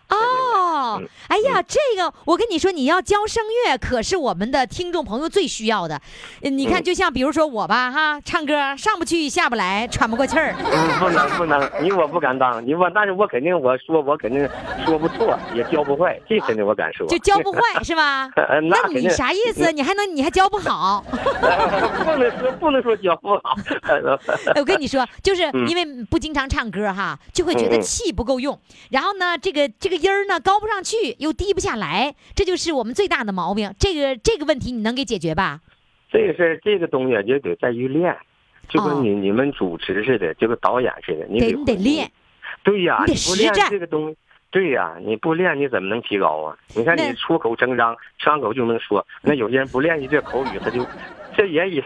S1: 哦
S5: 嗯，
S1: 哎呀，这个我跟你说，你要教声乐，可是我们的听众朋友最需要的。呃你看，
S5: 嗯
S1: 就像比如说我吧，哈，唱歌上不去下不来，喘不过气儿。
S5: 嗯，不能不能，你我不敢当，你我，但是我肯定我说我肯定说不错，也教不坏，这肯定 我敢说。
S1: 就教 不坏是吧？
S5: 呃那肯
S1: 你
S5: 定嗯
S1: 啥意思？你还能你还教不好？
S5: 不能说不能说教不好。
S1: 哎我跟你说，就是
S5: 嗯
S1: 因为不经常唱歌哈，就会觉
S5: 嗯
S1: 得
S5: 嗯
S1: 气不够用，然后呢，这个这个音儿呢高不上去，又低不下来，这就是我们最大的毛病。这个这个问题你能给解决吧？
S5: 这个事儿，这个东西就得在于练，就
S1: 哦
S5: 跟你、你们主持似的，就跟导演似的，你
S1: 得
S5: 得
S1: 你得 练。
S5: 对呀、
S1: 你得
S5: 你不
S1: 实
S5: 练
S1: 战
S5: 这个东西。对呀、你不练你怎么能提高啊？你看
S1: 那
S5: 你出口成章，张口就能说。那有些人不练习这口语，他就这也也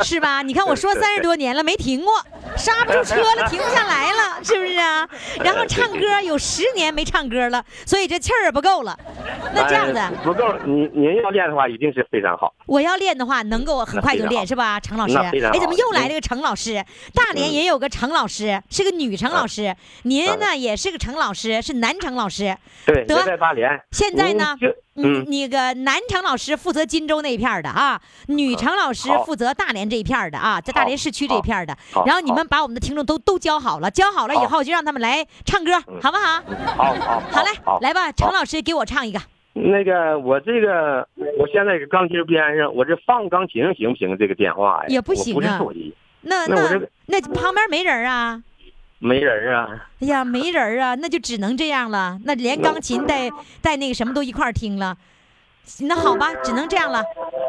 S1: 是吧？你看我说
S5: 对对
S1: 三十多年了没停过，刹不住车 了，停不下来了，是不是啊？然后唱歌有十年没唱歌了，所以这气儿也不够了。 那这样
S5: 哎
S1: 子，
S5: 不够。您您要练的话，一定是非常好。
S1: 我要练的话，能够很快就练，是吧，程老师？
S5: 那非常好嗯
S1: 哎，怎么又来这个程老师？大连也有个程老师，是个女程
S5: 啊
S1: 老师。您呢也是个程老师，是男程老师。
S5: 对，
S1: 得
S5: 别在大连。
S1: 现在呢
S5: 您就
S1: 嗯
S5: 嗯，
S1: 那个男程老师负责荆州那一片儿的啊，女程老师
S5: 嗯好
S1: 负责大连这一片儿的啊，在大连市区这一片儿的
S5: 好。好
S1: 然后你们把我们的听众都都教好了，教好了以
S5: 好
S1: 后就让他们来唱歌，好不好？
S5: 嗯好好
S1: 好嘞，
S5: 好
S1: 来吧，程老师给我唱一个。
S5: 那个，我这个，我现在是钢琴边上，我这放钢琴行不行？这个电话呀
S1: 也不行啊
S5: 我不是手机，
S1: 那
S5: 那我
S1: 那
S5: 这个
S1: 那旁边没人啊？
S5: 没人啊。
S1: 哎 呀，没人儿啊，那就只能这样了。那连钢琴 带带那个什么都一块儿听了，那好吧，只能这样了。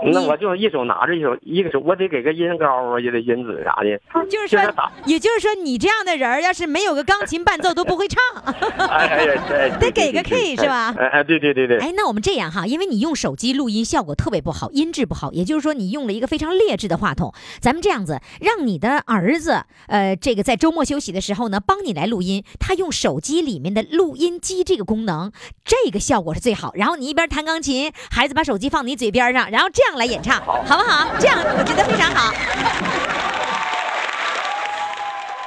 S5: 那
S1: 你
S5: 我就一手拿着一手，一个手我得给个音高啊，也得音准啥的。
S1: 就是
S5: 这
S1: 说
S5: 个打，
S1: 也就是说，你这样的人儿要是没有个钢琴伴奏都不会唱。
S5: 哎哎呀，哎
S1: 得给个 K 是吧
S5: 哎哎，对对对对，
S1: 哎，那我们这样哈，因为你用手机录音效果特别不好，音质不好，也就是说你用了一个非常劣质的话筒。咱们这样子，让你的儿子，呃，这个在周末休息的时候呢，帮你来录音，他用手机里面的录音机这个功能，这个效果是最好。然后你一边弹钢琴，孩子把手机放你嘴边上，然后这样来演唱，好不好？这样我觉得非常好。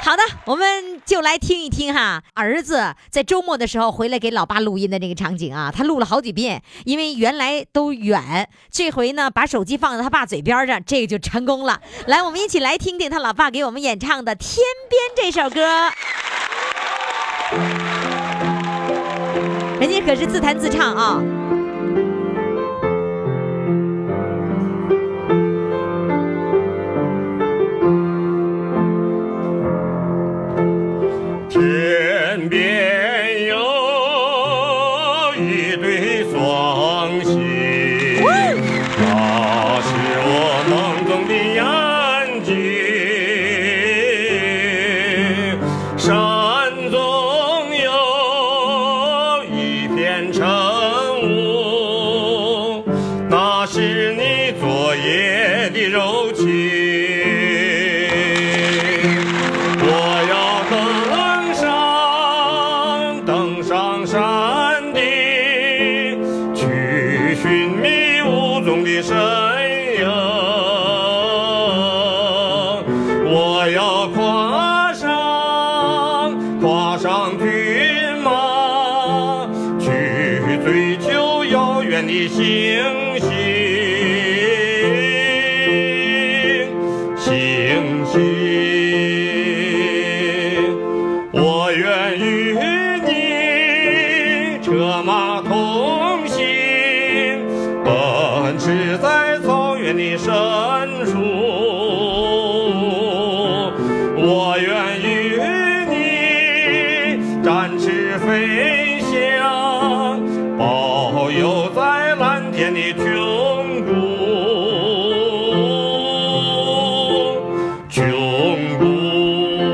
S1: 好的，我们就来听一听哈，儿子在周末的时候回来给老爸录音的那个场景啊，他录了好几遍，因为原来都远，这回呢把手机放在他爸嘴边上，这个就成功了。来，我们一起来听听他老爸给我们演唱的《天边》这首歌。人家可是自弹自唱啊！
S8: 天边有一对双星，那是我梦中的眼睛。山中有一片晨雾。跨上骏马，去追求遥远的星星，星星。我愿与你车马同行，奔驰在草原的深处。我愿与你展翅飞翔，遨游在蓝天的穹谷。穷谷。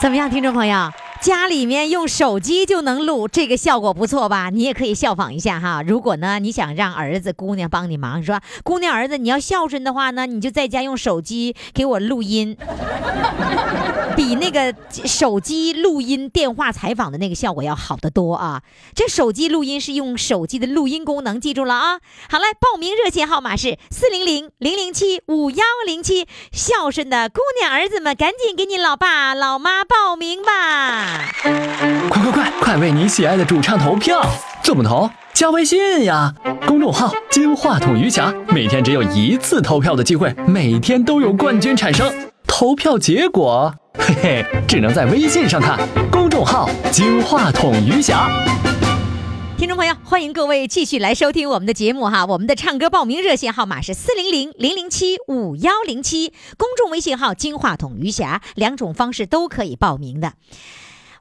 S1: 怎么样，听众朋友？家里面用手机就能录，这个效果不错吧？你也可以效仿一下哈。如果呢，你想让儿子、姑娘帮你忙，说姑娘、儿子你要孝顺的话呢，你就在家用手机给我录音， 比那个手机录音电话采访的那个效果要好得多啊。这手机录音是用手机的录音功能，记住了啊。好嘞，报名热线号码是四零零零零七五幺零七。孝顺的姑娘、儿子们，赶紧给你老爸、老妈报名吧。
S3: 快快快，快为你喜爱的主唱投票！怎么投？加微信呀，公众号“金话筒余霞”，每天只有一次投票的机会，每天都有冠军产生。投票结果，嘿嘿，只能在微信上看。公众号“金话筒余霞”。
S1: 听众朋友，欢迎各位继续来收听我们的节目哈。我们的唱歌报名热线号码是四零零零零七五幺零七，公众微信号“金话筒余霞”，两种方式都可以报名的。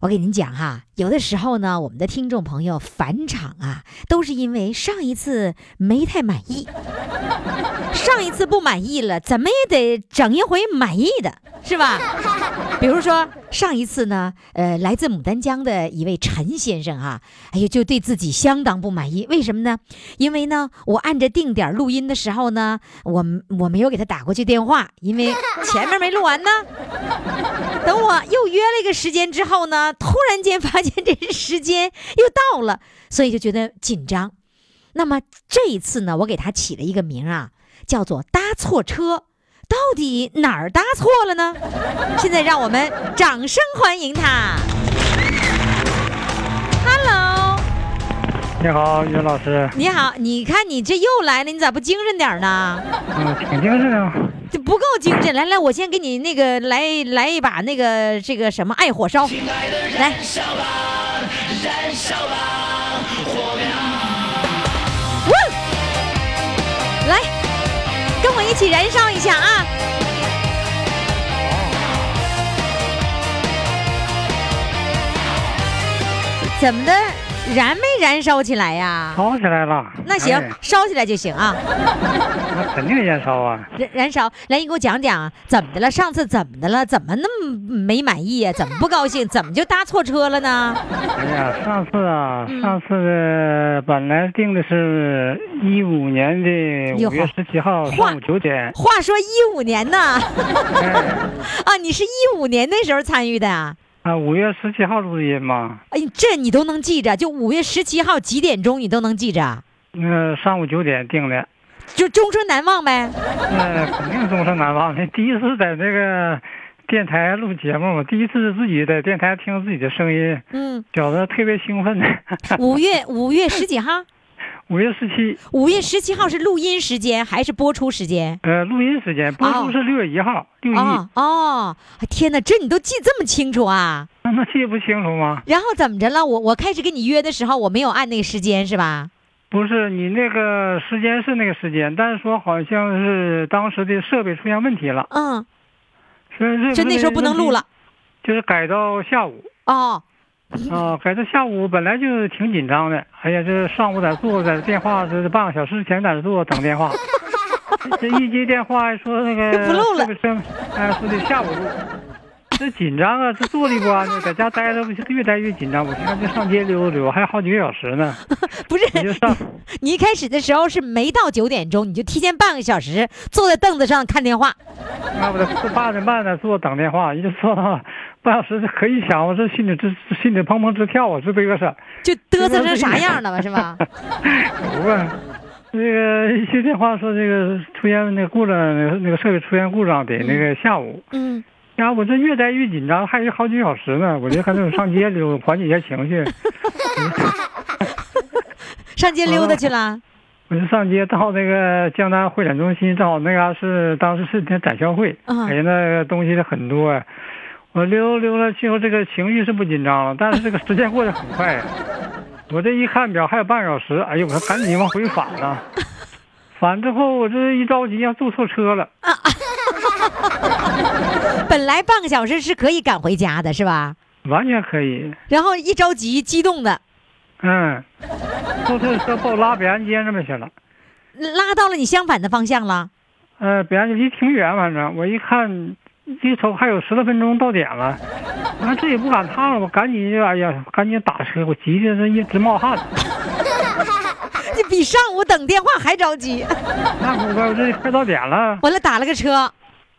S1: 我给您讲哈，有的时候呢，我们的听众朋友返场啊，都是因为上一次没太满意，上一次不满意了，怎么也得整一回满意的，是吧？比如说上一次呢，呃，来自牡丹江的一位陈先生啊，哎呦，就对自己相当不满意。为什么呢？因为呢，我按着定点录音的时候呢，我我没有给他打过去电话，因为前面没录完呢。等我又约了一个时间之后呢，突然间发现这时间又到了，所以就觉得紧张。那么这一次呢，我给他起了一个名啊，叫做“搭错车”。到底哪儿搭错了呢？现在让我们掌声欢迎他。Hello，
S9: 你好，于老师，
S1: 你好，你看你这又来了，你咋不精神点儿呢？
S9: 嗯，挺精神啊。
S1: 这不够精神。来来，我先给你那个来来一把那个这个什么爱火烧，来。哇来，跟我一起燃烧一下啊！怎么的，燃没燃烧起来呀？
S9: 烧起来了。
S1: 那行
S9: 哎，
S1: 烧起来就行啊。
S9: 那肯定燃烧啊。
S1: 燃燃烧，来，你给我讲讲怎么的了？上次怎么的了？怎么那么没满意呀、怎么不高兴？怎么就搭错车了呢？
S9: 哎呀，上次啊，上次呃本来定的是一五年的
S1: 哟
S9: 五月
S1: 呵
S9: 十七号
S1: 嚯
S9: 上午九点，
S1: 话说一五年呢，
S9: 哎
S1: 啊，你是一五年那时候参与的啊？
S9: 啊，五月十七号录的音嘛，
S1: 哎，这你都能记着，就五月十七号几点钟你都能记着，
S9: 那上午九点定的，
S1: 就终身难忘呗。
S9: 那肯定终身难忘的。 第一次在那个电台录节目，第一次自己在电台听自己的声音，
S1: 嗯，
S9: 觉得特别兴奋。
S1: 五月五月十几号，
S9: 五月十七，
S1: 五月十七号是录音时间还是播出时间？
S9: 呃，录音时间播出是六月一号，六一、
S1: 哦哦，天哪，这你都记这么清楚啊？
S9: 那那记不清楚吗？
S1: 然后怎么着了？我我开始跟你约的时候，我没有按那个时间是吧？
S9: 不是你那个时间是那个时间，但是说好像是当时的设备出现问题了，
S1: 嗯，
S9: 所以
S1: 就
S9: 这
S1: 那时候不能录了，。
S9: 就是改到 下午
S1: 哦，
S9: 啊、改到下午本来就挺紧张的，哎呀，这上午在做，在电话这半个小时前在这做 等电话，这一接电话说那个
S1: 就不录了
S9: 设备声，哎，说得下午录。这紧张啊，这坐立不安呢，在家待着不就越待越紧张，我现在就上街溜溜，还有好几个小时呢，
S1: 不，
S9: 我就是上。
S1: 你一开始的时候是没到九点钟，你就提前半个小时坐在凳子上看电话。
S9: 那不得八点半呢，坐等电话，一直坐到半小时，可一想，我这心里直心里砰砰直跳啊，直嘚瑟，嗯
S1: 就嘚瑟成啥样了吧，是吧？
S9: 不啊，那个一些电话说这个出现那个故障，那个那个设备出现故障得那个下午。
S1: 嗯，
S9: 然后我这越待越紧张，还有好几小时呢。我就干脆我上街溜，缓解一下情绪。
S1: 上街溜达去了。
S9: 我就上街到那个江南会展中心，正好那嘎、是当时是天展销会，
S1: 嗯
S9: 哎呀，那个东西很多啊。我溜溜了之后，这个情绪是不紧张了，但是这个时间过得很快呀。我这一看表还有半小时，哎呦，我还赶紧往回返了。返之后，我这一着急要坐错车了。
S1: 本来半个小时是可以赶回家的，是吧？
S9: 完全可以，
S1: 然后一着急，激动的
S9: 嗯，后头车把我拉北岸街那边去了，
S1: 拉到了你相反的方向了。
S9: 呃，北岸街离挺远，反正我一看，一瞅还有十来分钟到点了，我说这也不赶趟了，我赶紧就哎呀，赶紧打车，我急的是一直冒汗，
S1: 你比上午等电话还着急。
S9: 那会儿我这快到点了，
S1: 完了，打了个车，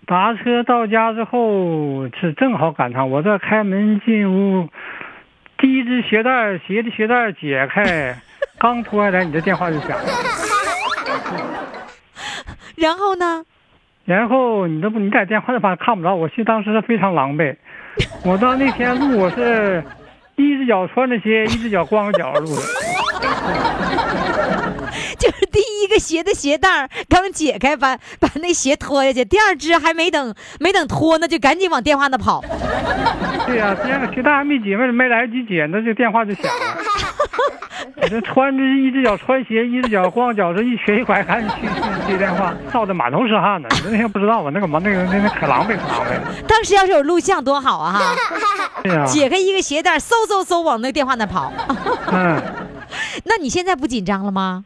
S9: 打车到家之后是正好赶趟，我这开门进屋，第一只鞋带鞋的鞋带解开，刚脱下来，你这电话就响了。
S1: 然后呢？
S9: 然后你这不你在电话那边看不着，我去当时是非常狼狈。我到那天录我是 一只脚穿着鞋，一只脚光着脚录的。
S1: 就是第一个鞋的鞋带儿刚解开，把把那鞋脱下去，第二只还没等没等脱呢，就赶紧往电话那跑。
S9: 对呀、第二个鞋带还没解，没没来得及解，那这电话就响了。我这穿着一只脚穿鞋，一只脚光脚，这一瘸一拐赶紧去去接电话，臊得满头是汗呢。你说那天不知道我那个嘛那个那那可狼狈可狼狈了。
S1: 当时要是有录像多好啊 哈！
S9: 对 呀、
S1: 解开一个鞋带儿，嗖嗖嗖往那电话那跑。
S9: 嗯。
S1: 那你现在不紧张了吗？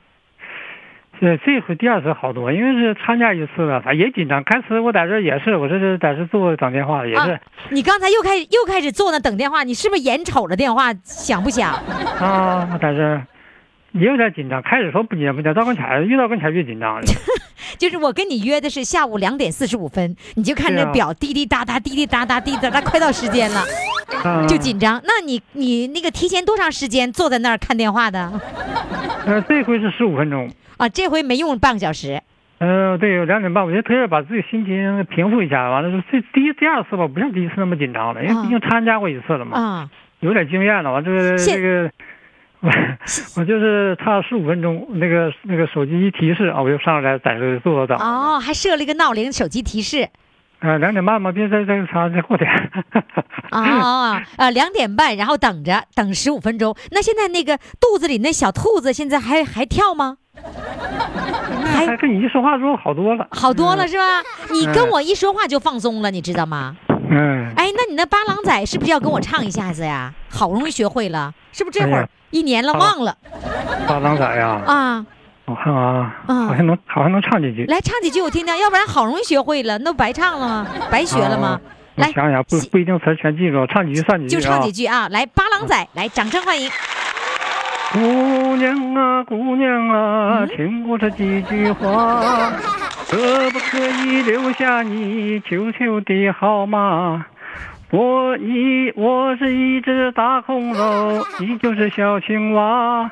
S9: 这这回第二次好多，因为是参加一次了，反正也紧张。开始我在这也是，我这是在这坐着等电话，也是
S1: 啊，你刚才又开始又开始坐那等电话，你是不是眼瞅着电话响不响？
S9: 啊，我在这也有点紧张。开始说不紧张不紧张，到跟前儿越到跟前儿越 紧张了。
S1: 就是我跟你约的是下午两点四十五分，你就看着
S9: 对啊
S1: 表滴滴答答滴滴答答滴滴答答，快到时间了
S9: 啊、
S1: 就。紧张。那你你那个提前多长时间坐在那儿看电话的？
S9: 呃，这回是十五分钟。
S1: 啊，这回没用半个小时。
S9: 呃，对，两点半，我就特意把自己心情平复一下。完了，就这第一第二次吧，不像第一次那么紧张了，因为毕竟参加过一次了嘛，
S1: 啊、
S9: 有点经验了。完这个
S1: 现
S9: 这个。我我就是差十五分钟，那个那个手机一提示啊，我就上来在这坐着等。
S1: 哦，还设了一个闹铃，手机提 示。
S9: 呃，两点半吧，别再再差再过点。
S1: 啊、哦，呃，两点半，然后等着，等十五分钟。那现在那个肚子里那小兔子现在还还跳吗？还
S9: 还跟你一说话之后好多了。
S1: 好多了是吧？你跟
S9: 嗯
S1: 我一说话就放松了，你知道吗？
S9: 嗯，
S1: 哎，那你那八郎仔是不是要跟我唱一下子呀？好不容易学会了，是不是这会
S9: 哎
S1: 儿
S9: 呀
S1: 一年了
S9: 好
S1: 忘了
S9: 八郎仔呀，
S1: 啊？
S9: 我看啊，
S1: 嗯
S9: 好像能好像能唱几句。
S1: 来唱几句我听听，要不然好容易学会了，那不白唱了吗？白学了吗
S9: 啊？我
S1: 来，
S9: 想想，不
S1: 喜
S9: 不一定词儿全记住，唱几句算几句
S1: 就
S9: 啊。
S1: 唱几句啊！来，八郎仔，来，掌声欢迎。哦
S9: 姑娘啊，姑娘啊，听我这几句话，可不可以留下你求求的号码？我一我是一只大恐龙，你就是小青蛙，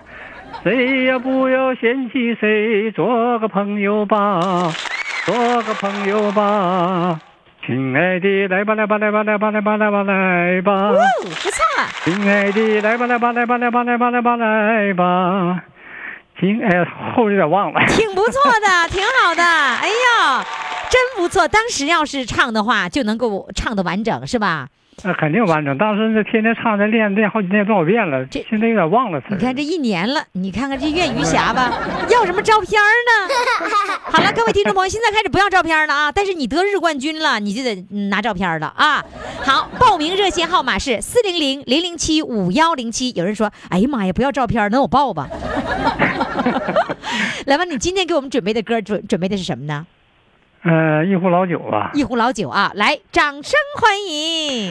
S9: 谁也不要嫌弃谁，做个朋友吧，做个朋友吧，亲爱的，来吧来吧来吧来吧来吧来吧来吧。
S1: 哦，不错，
S9: 亲爱的，来吧，来吧，来吧，来吧，来吧，来吧，来吧。亲哎，后边有点忘了。
S1: 挺不错的，挺好的。哎呀，真不错！当时要是唱的话，就能够唱的完整，是吧？
S9: 那肯定完整。当时这天天唱，这练练好几天多少遍了，
S1: 这
S9: 现在有点忘了词儿。
S1: 你看这一年了，你看看这苑余霞吧，要什么照片儿呢？好了，各位听众朋友，现在开始不要照片了啊！但是你得日冠军了，你就得嗯拿照片了啊！好，报名热线号码是四零零零零七五幺零七。有人说，哎呀妈呀，不要照片，那我报吧。 来吧，你今天给我们准备的歌准准备的是什么呢？
S9: 呃，一壶老酒吧。
S1: 一壶老酒啊！来，掌声欢迎！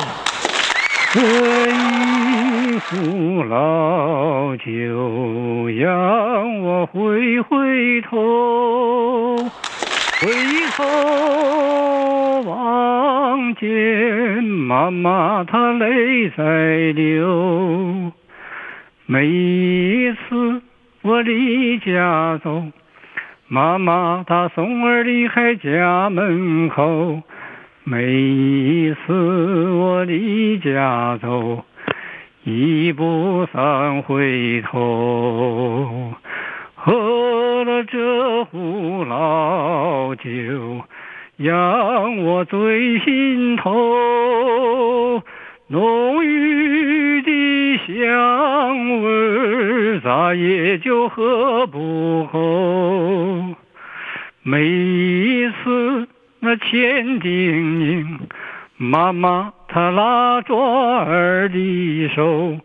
S9: 喝一壶老酒，让我回回头，回头望见妈妈她泪在流。每一次我离家走，
S10: 妈妈她送儿离开家门口，每一次我离家走，一步三回头。喝了这壶老酒，让我醉心头。浓郁的香味儿，咋也就喝不够。每一次那千叮咛，妈妈她拉着儿的手，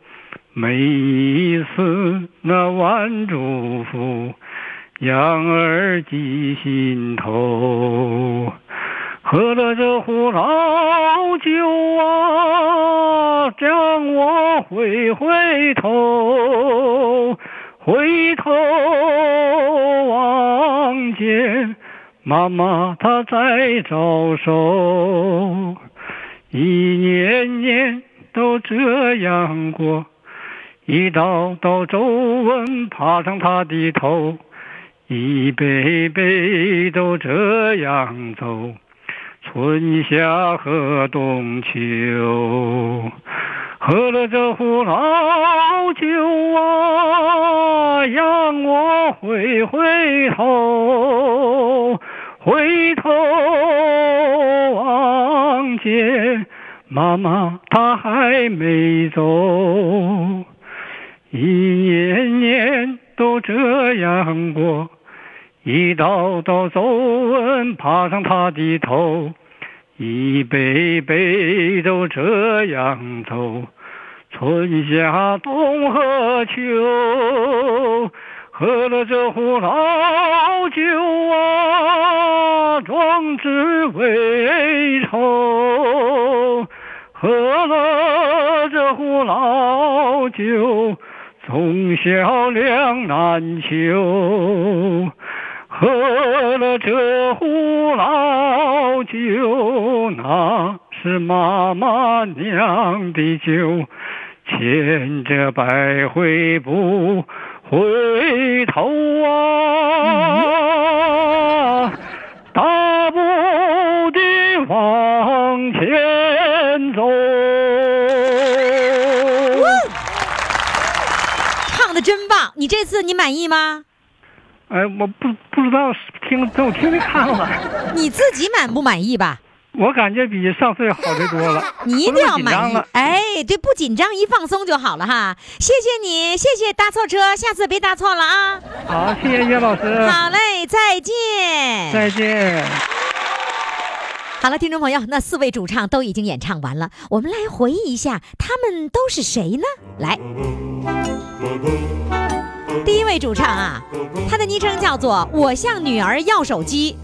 S10: 每一次那万嘱咐，让儿记心头。喝了这壶老酒啊，让我回回头，回头望见妈妈她在招手，一年年都这样过，一道道皱纹爬上她的头，一辈辈都这样走。春夏和冬秋，喝了这壶老酒啊，让我回回头，回头望见妈妈她还没走，一年年都这样过。一道道皱纹爬上他的头，一辈辈都这样走，春夏冬和秋，喝了这壶老酒啊，壮志未酬，喝了这壶老酒，忠孝两难求。喝了这壶老酒，那是妈妈酿的酒，千折百回不回头啊！大步地往前走。
S1: 唱的真棒！你这次你满意吗？
S10: 哎，我不不知道听，等我听听看吧。
S1: 你自己满不满意吧？
S10: 我感觉比上次好的多了，
S1: 你一
S10: 不
S1: 定要
S10: 那么紧张
S1: 满意
S10: 了。。
S1: 哎，对，不紧张，一放松就好了哈。谢谢你，谢谢搭错车，下次别搭错了啊。
S10: 好，谢谢叶老师，
S1: 好嘞，再见。
S10: 嗯再见。
S1: 好了，听众朋友，那四位主唱都已经演唱完了，我们来回忆一下，他们都是谁呢？来，第一位主唱啊，他的昵称叫做“我向女儿要手机”。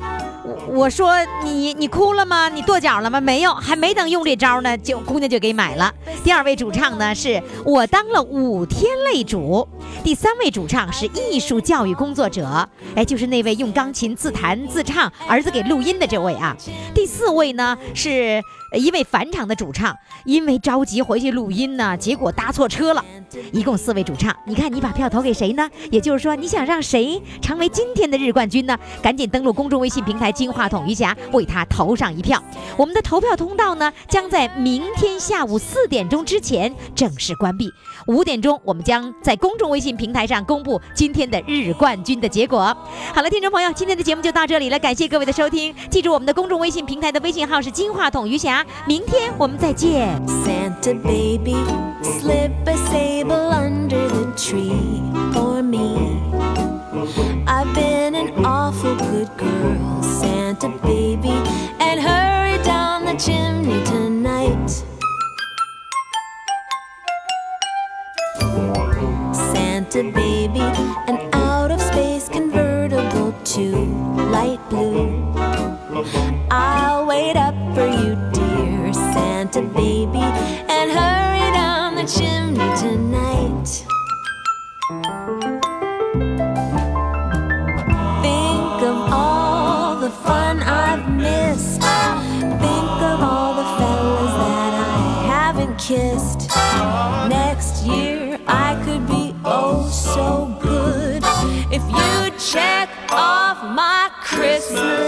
S1: 我我说你你哭了吗？你跺脚了吗？没有，还没等用这招呢，就姑娘就给买了。第二位主唱呢是我当了五天擂主，第三位主唱是艺术教育工作者，哎，就是那位用钢琴自弹自唱，儿子给录音的这位啊。第四位呢是呃一位返场的主唱，因为着急回去录音呢，结果搭错车了。一共四位主唱，你看你把票投给谁呢？也就是说，你想让谁成为今天的日冠军呢？赶紧登录公众微信平台“金话筒余霞”，为他投上一票。我们的投票通道呢，将在明天下午四点钟之前正式关闭。五点钟，我们将在公众微信平台上公布今天的日冠军的结果。好了，听众朋友，今天的节目就到这里了，感谢各位的收听。记住我们的公众微信平台的微信号是“金话筒余霞”，明天我们再见。
S6: Santa baby, slip a sable under the tree for me. I've been an awful good girl, Santa baby, and hurry down the chimney tonight. Santa baby, an out of space convertible to light blue. I'll wait up for you, dear Santa baby, and hurry down the chimney tonight. Think of all the fun I've missed. Think of all the fellas that I haven't kissed. Next year I could be oh so good if you check off my Christmas.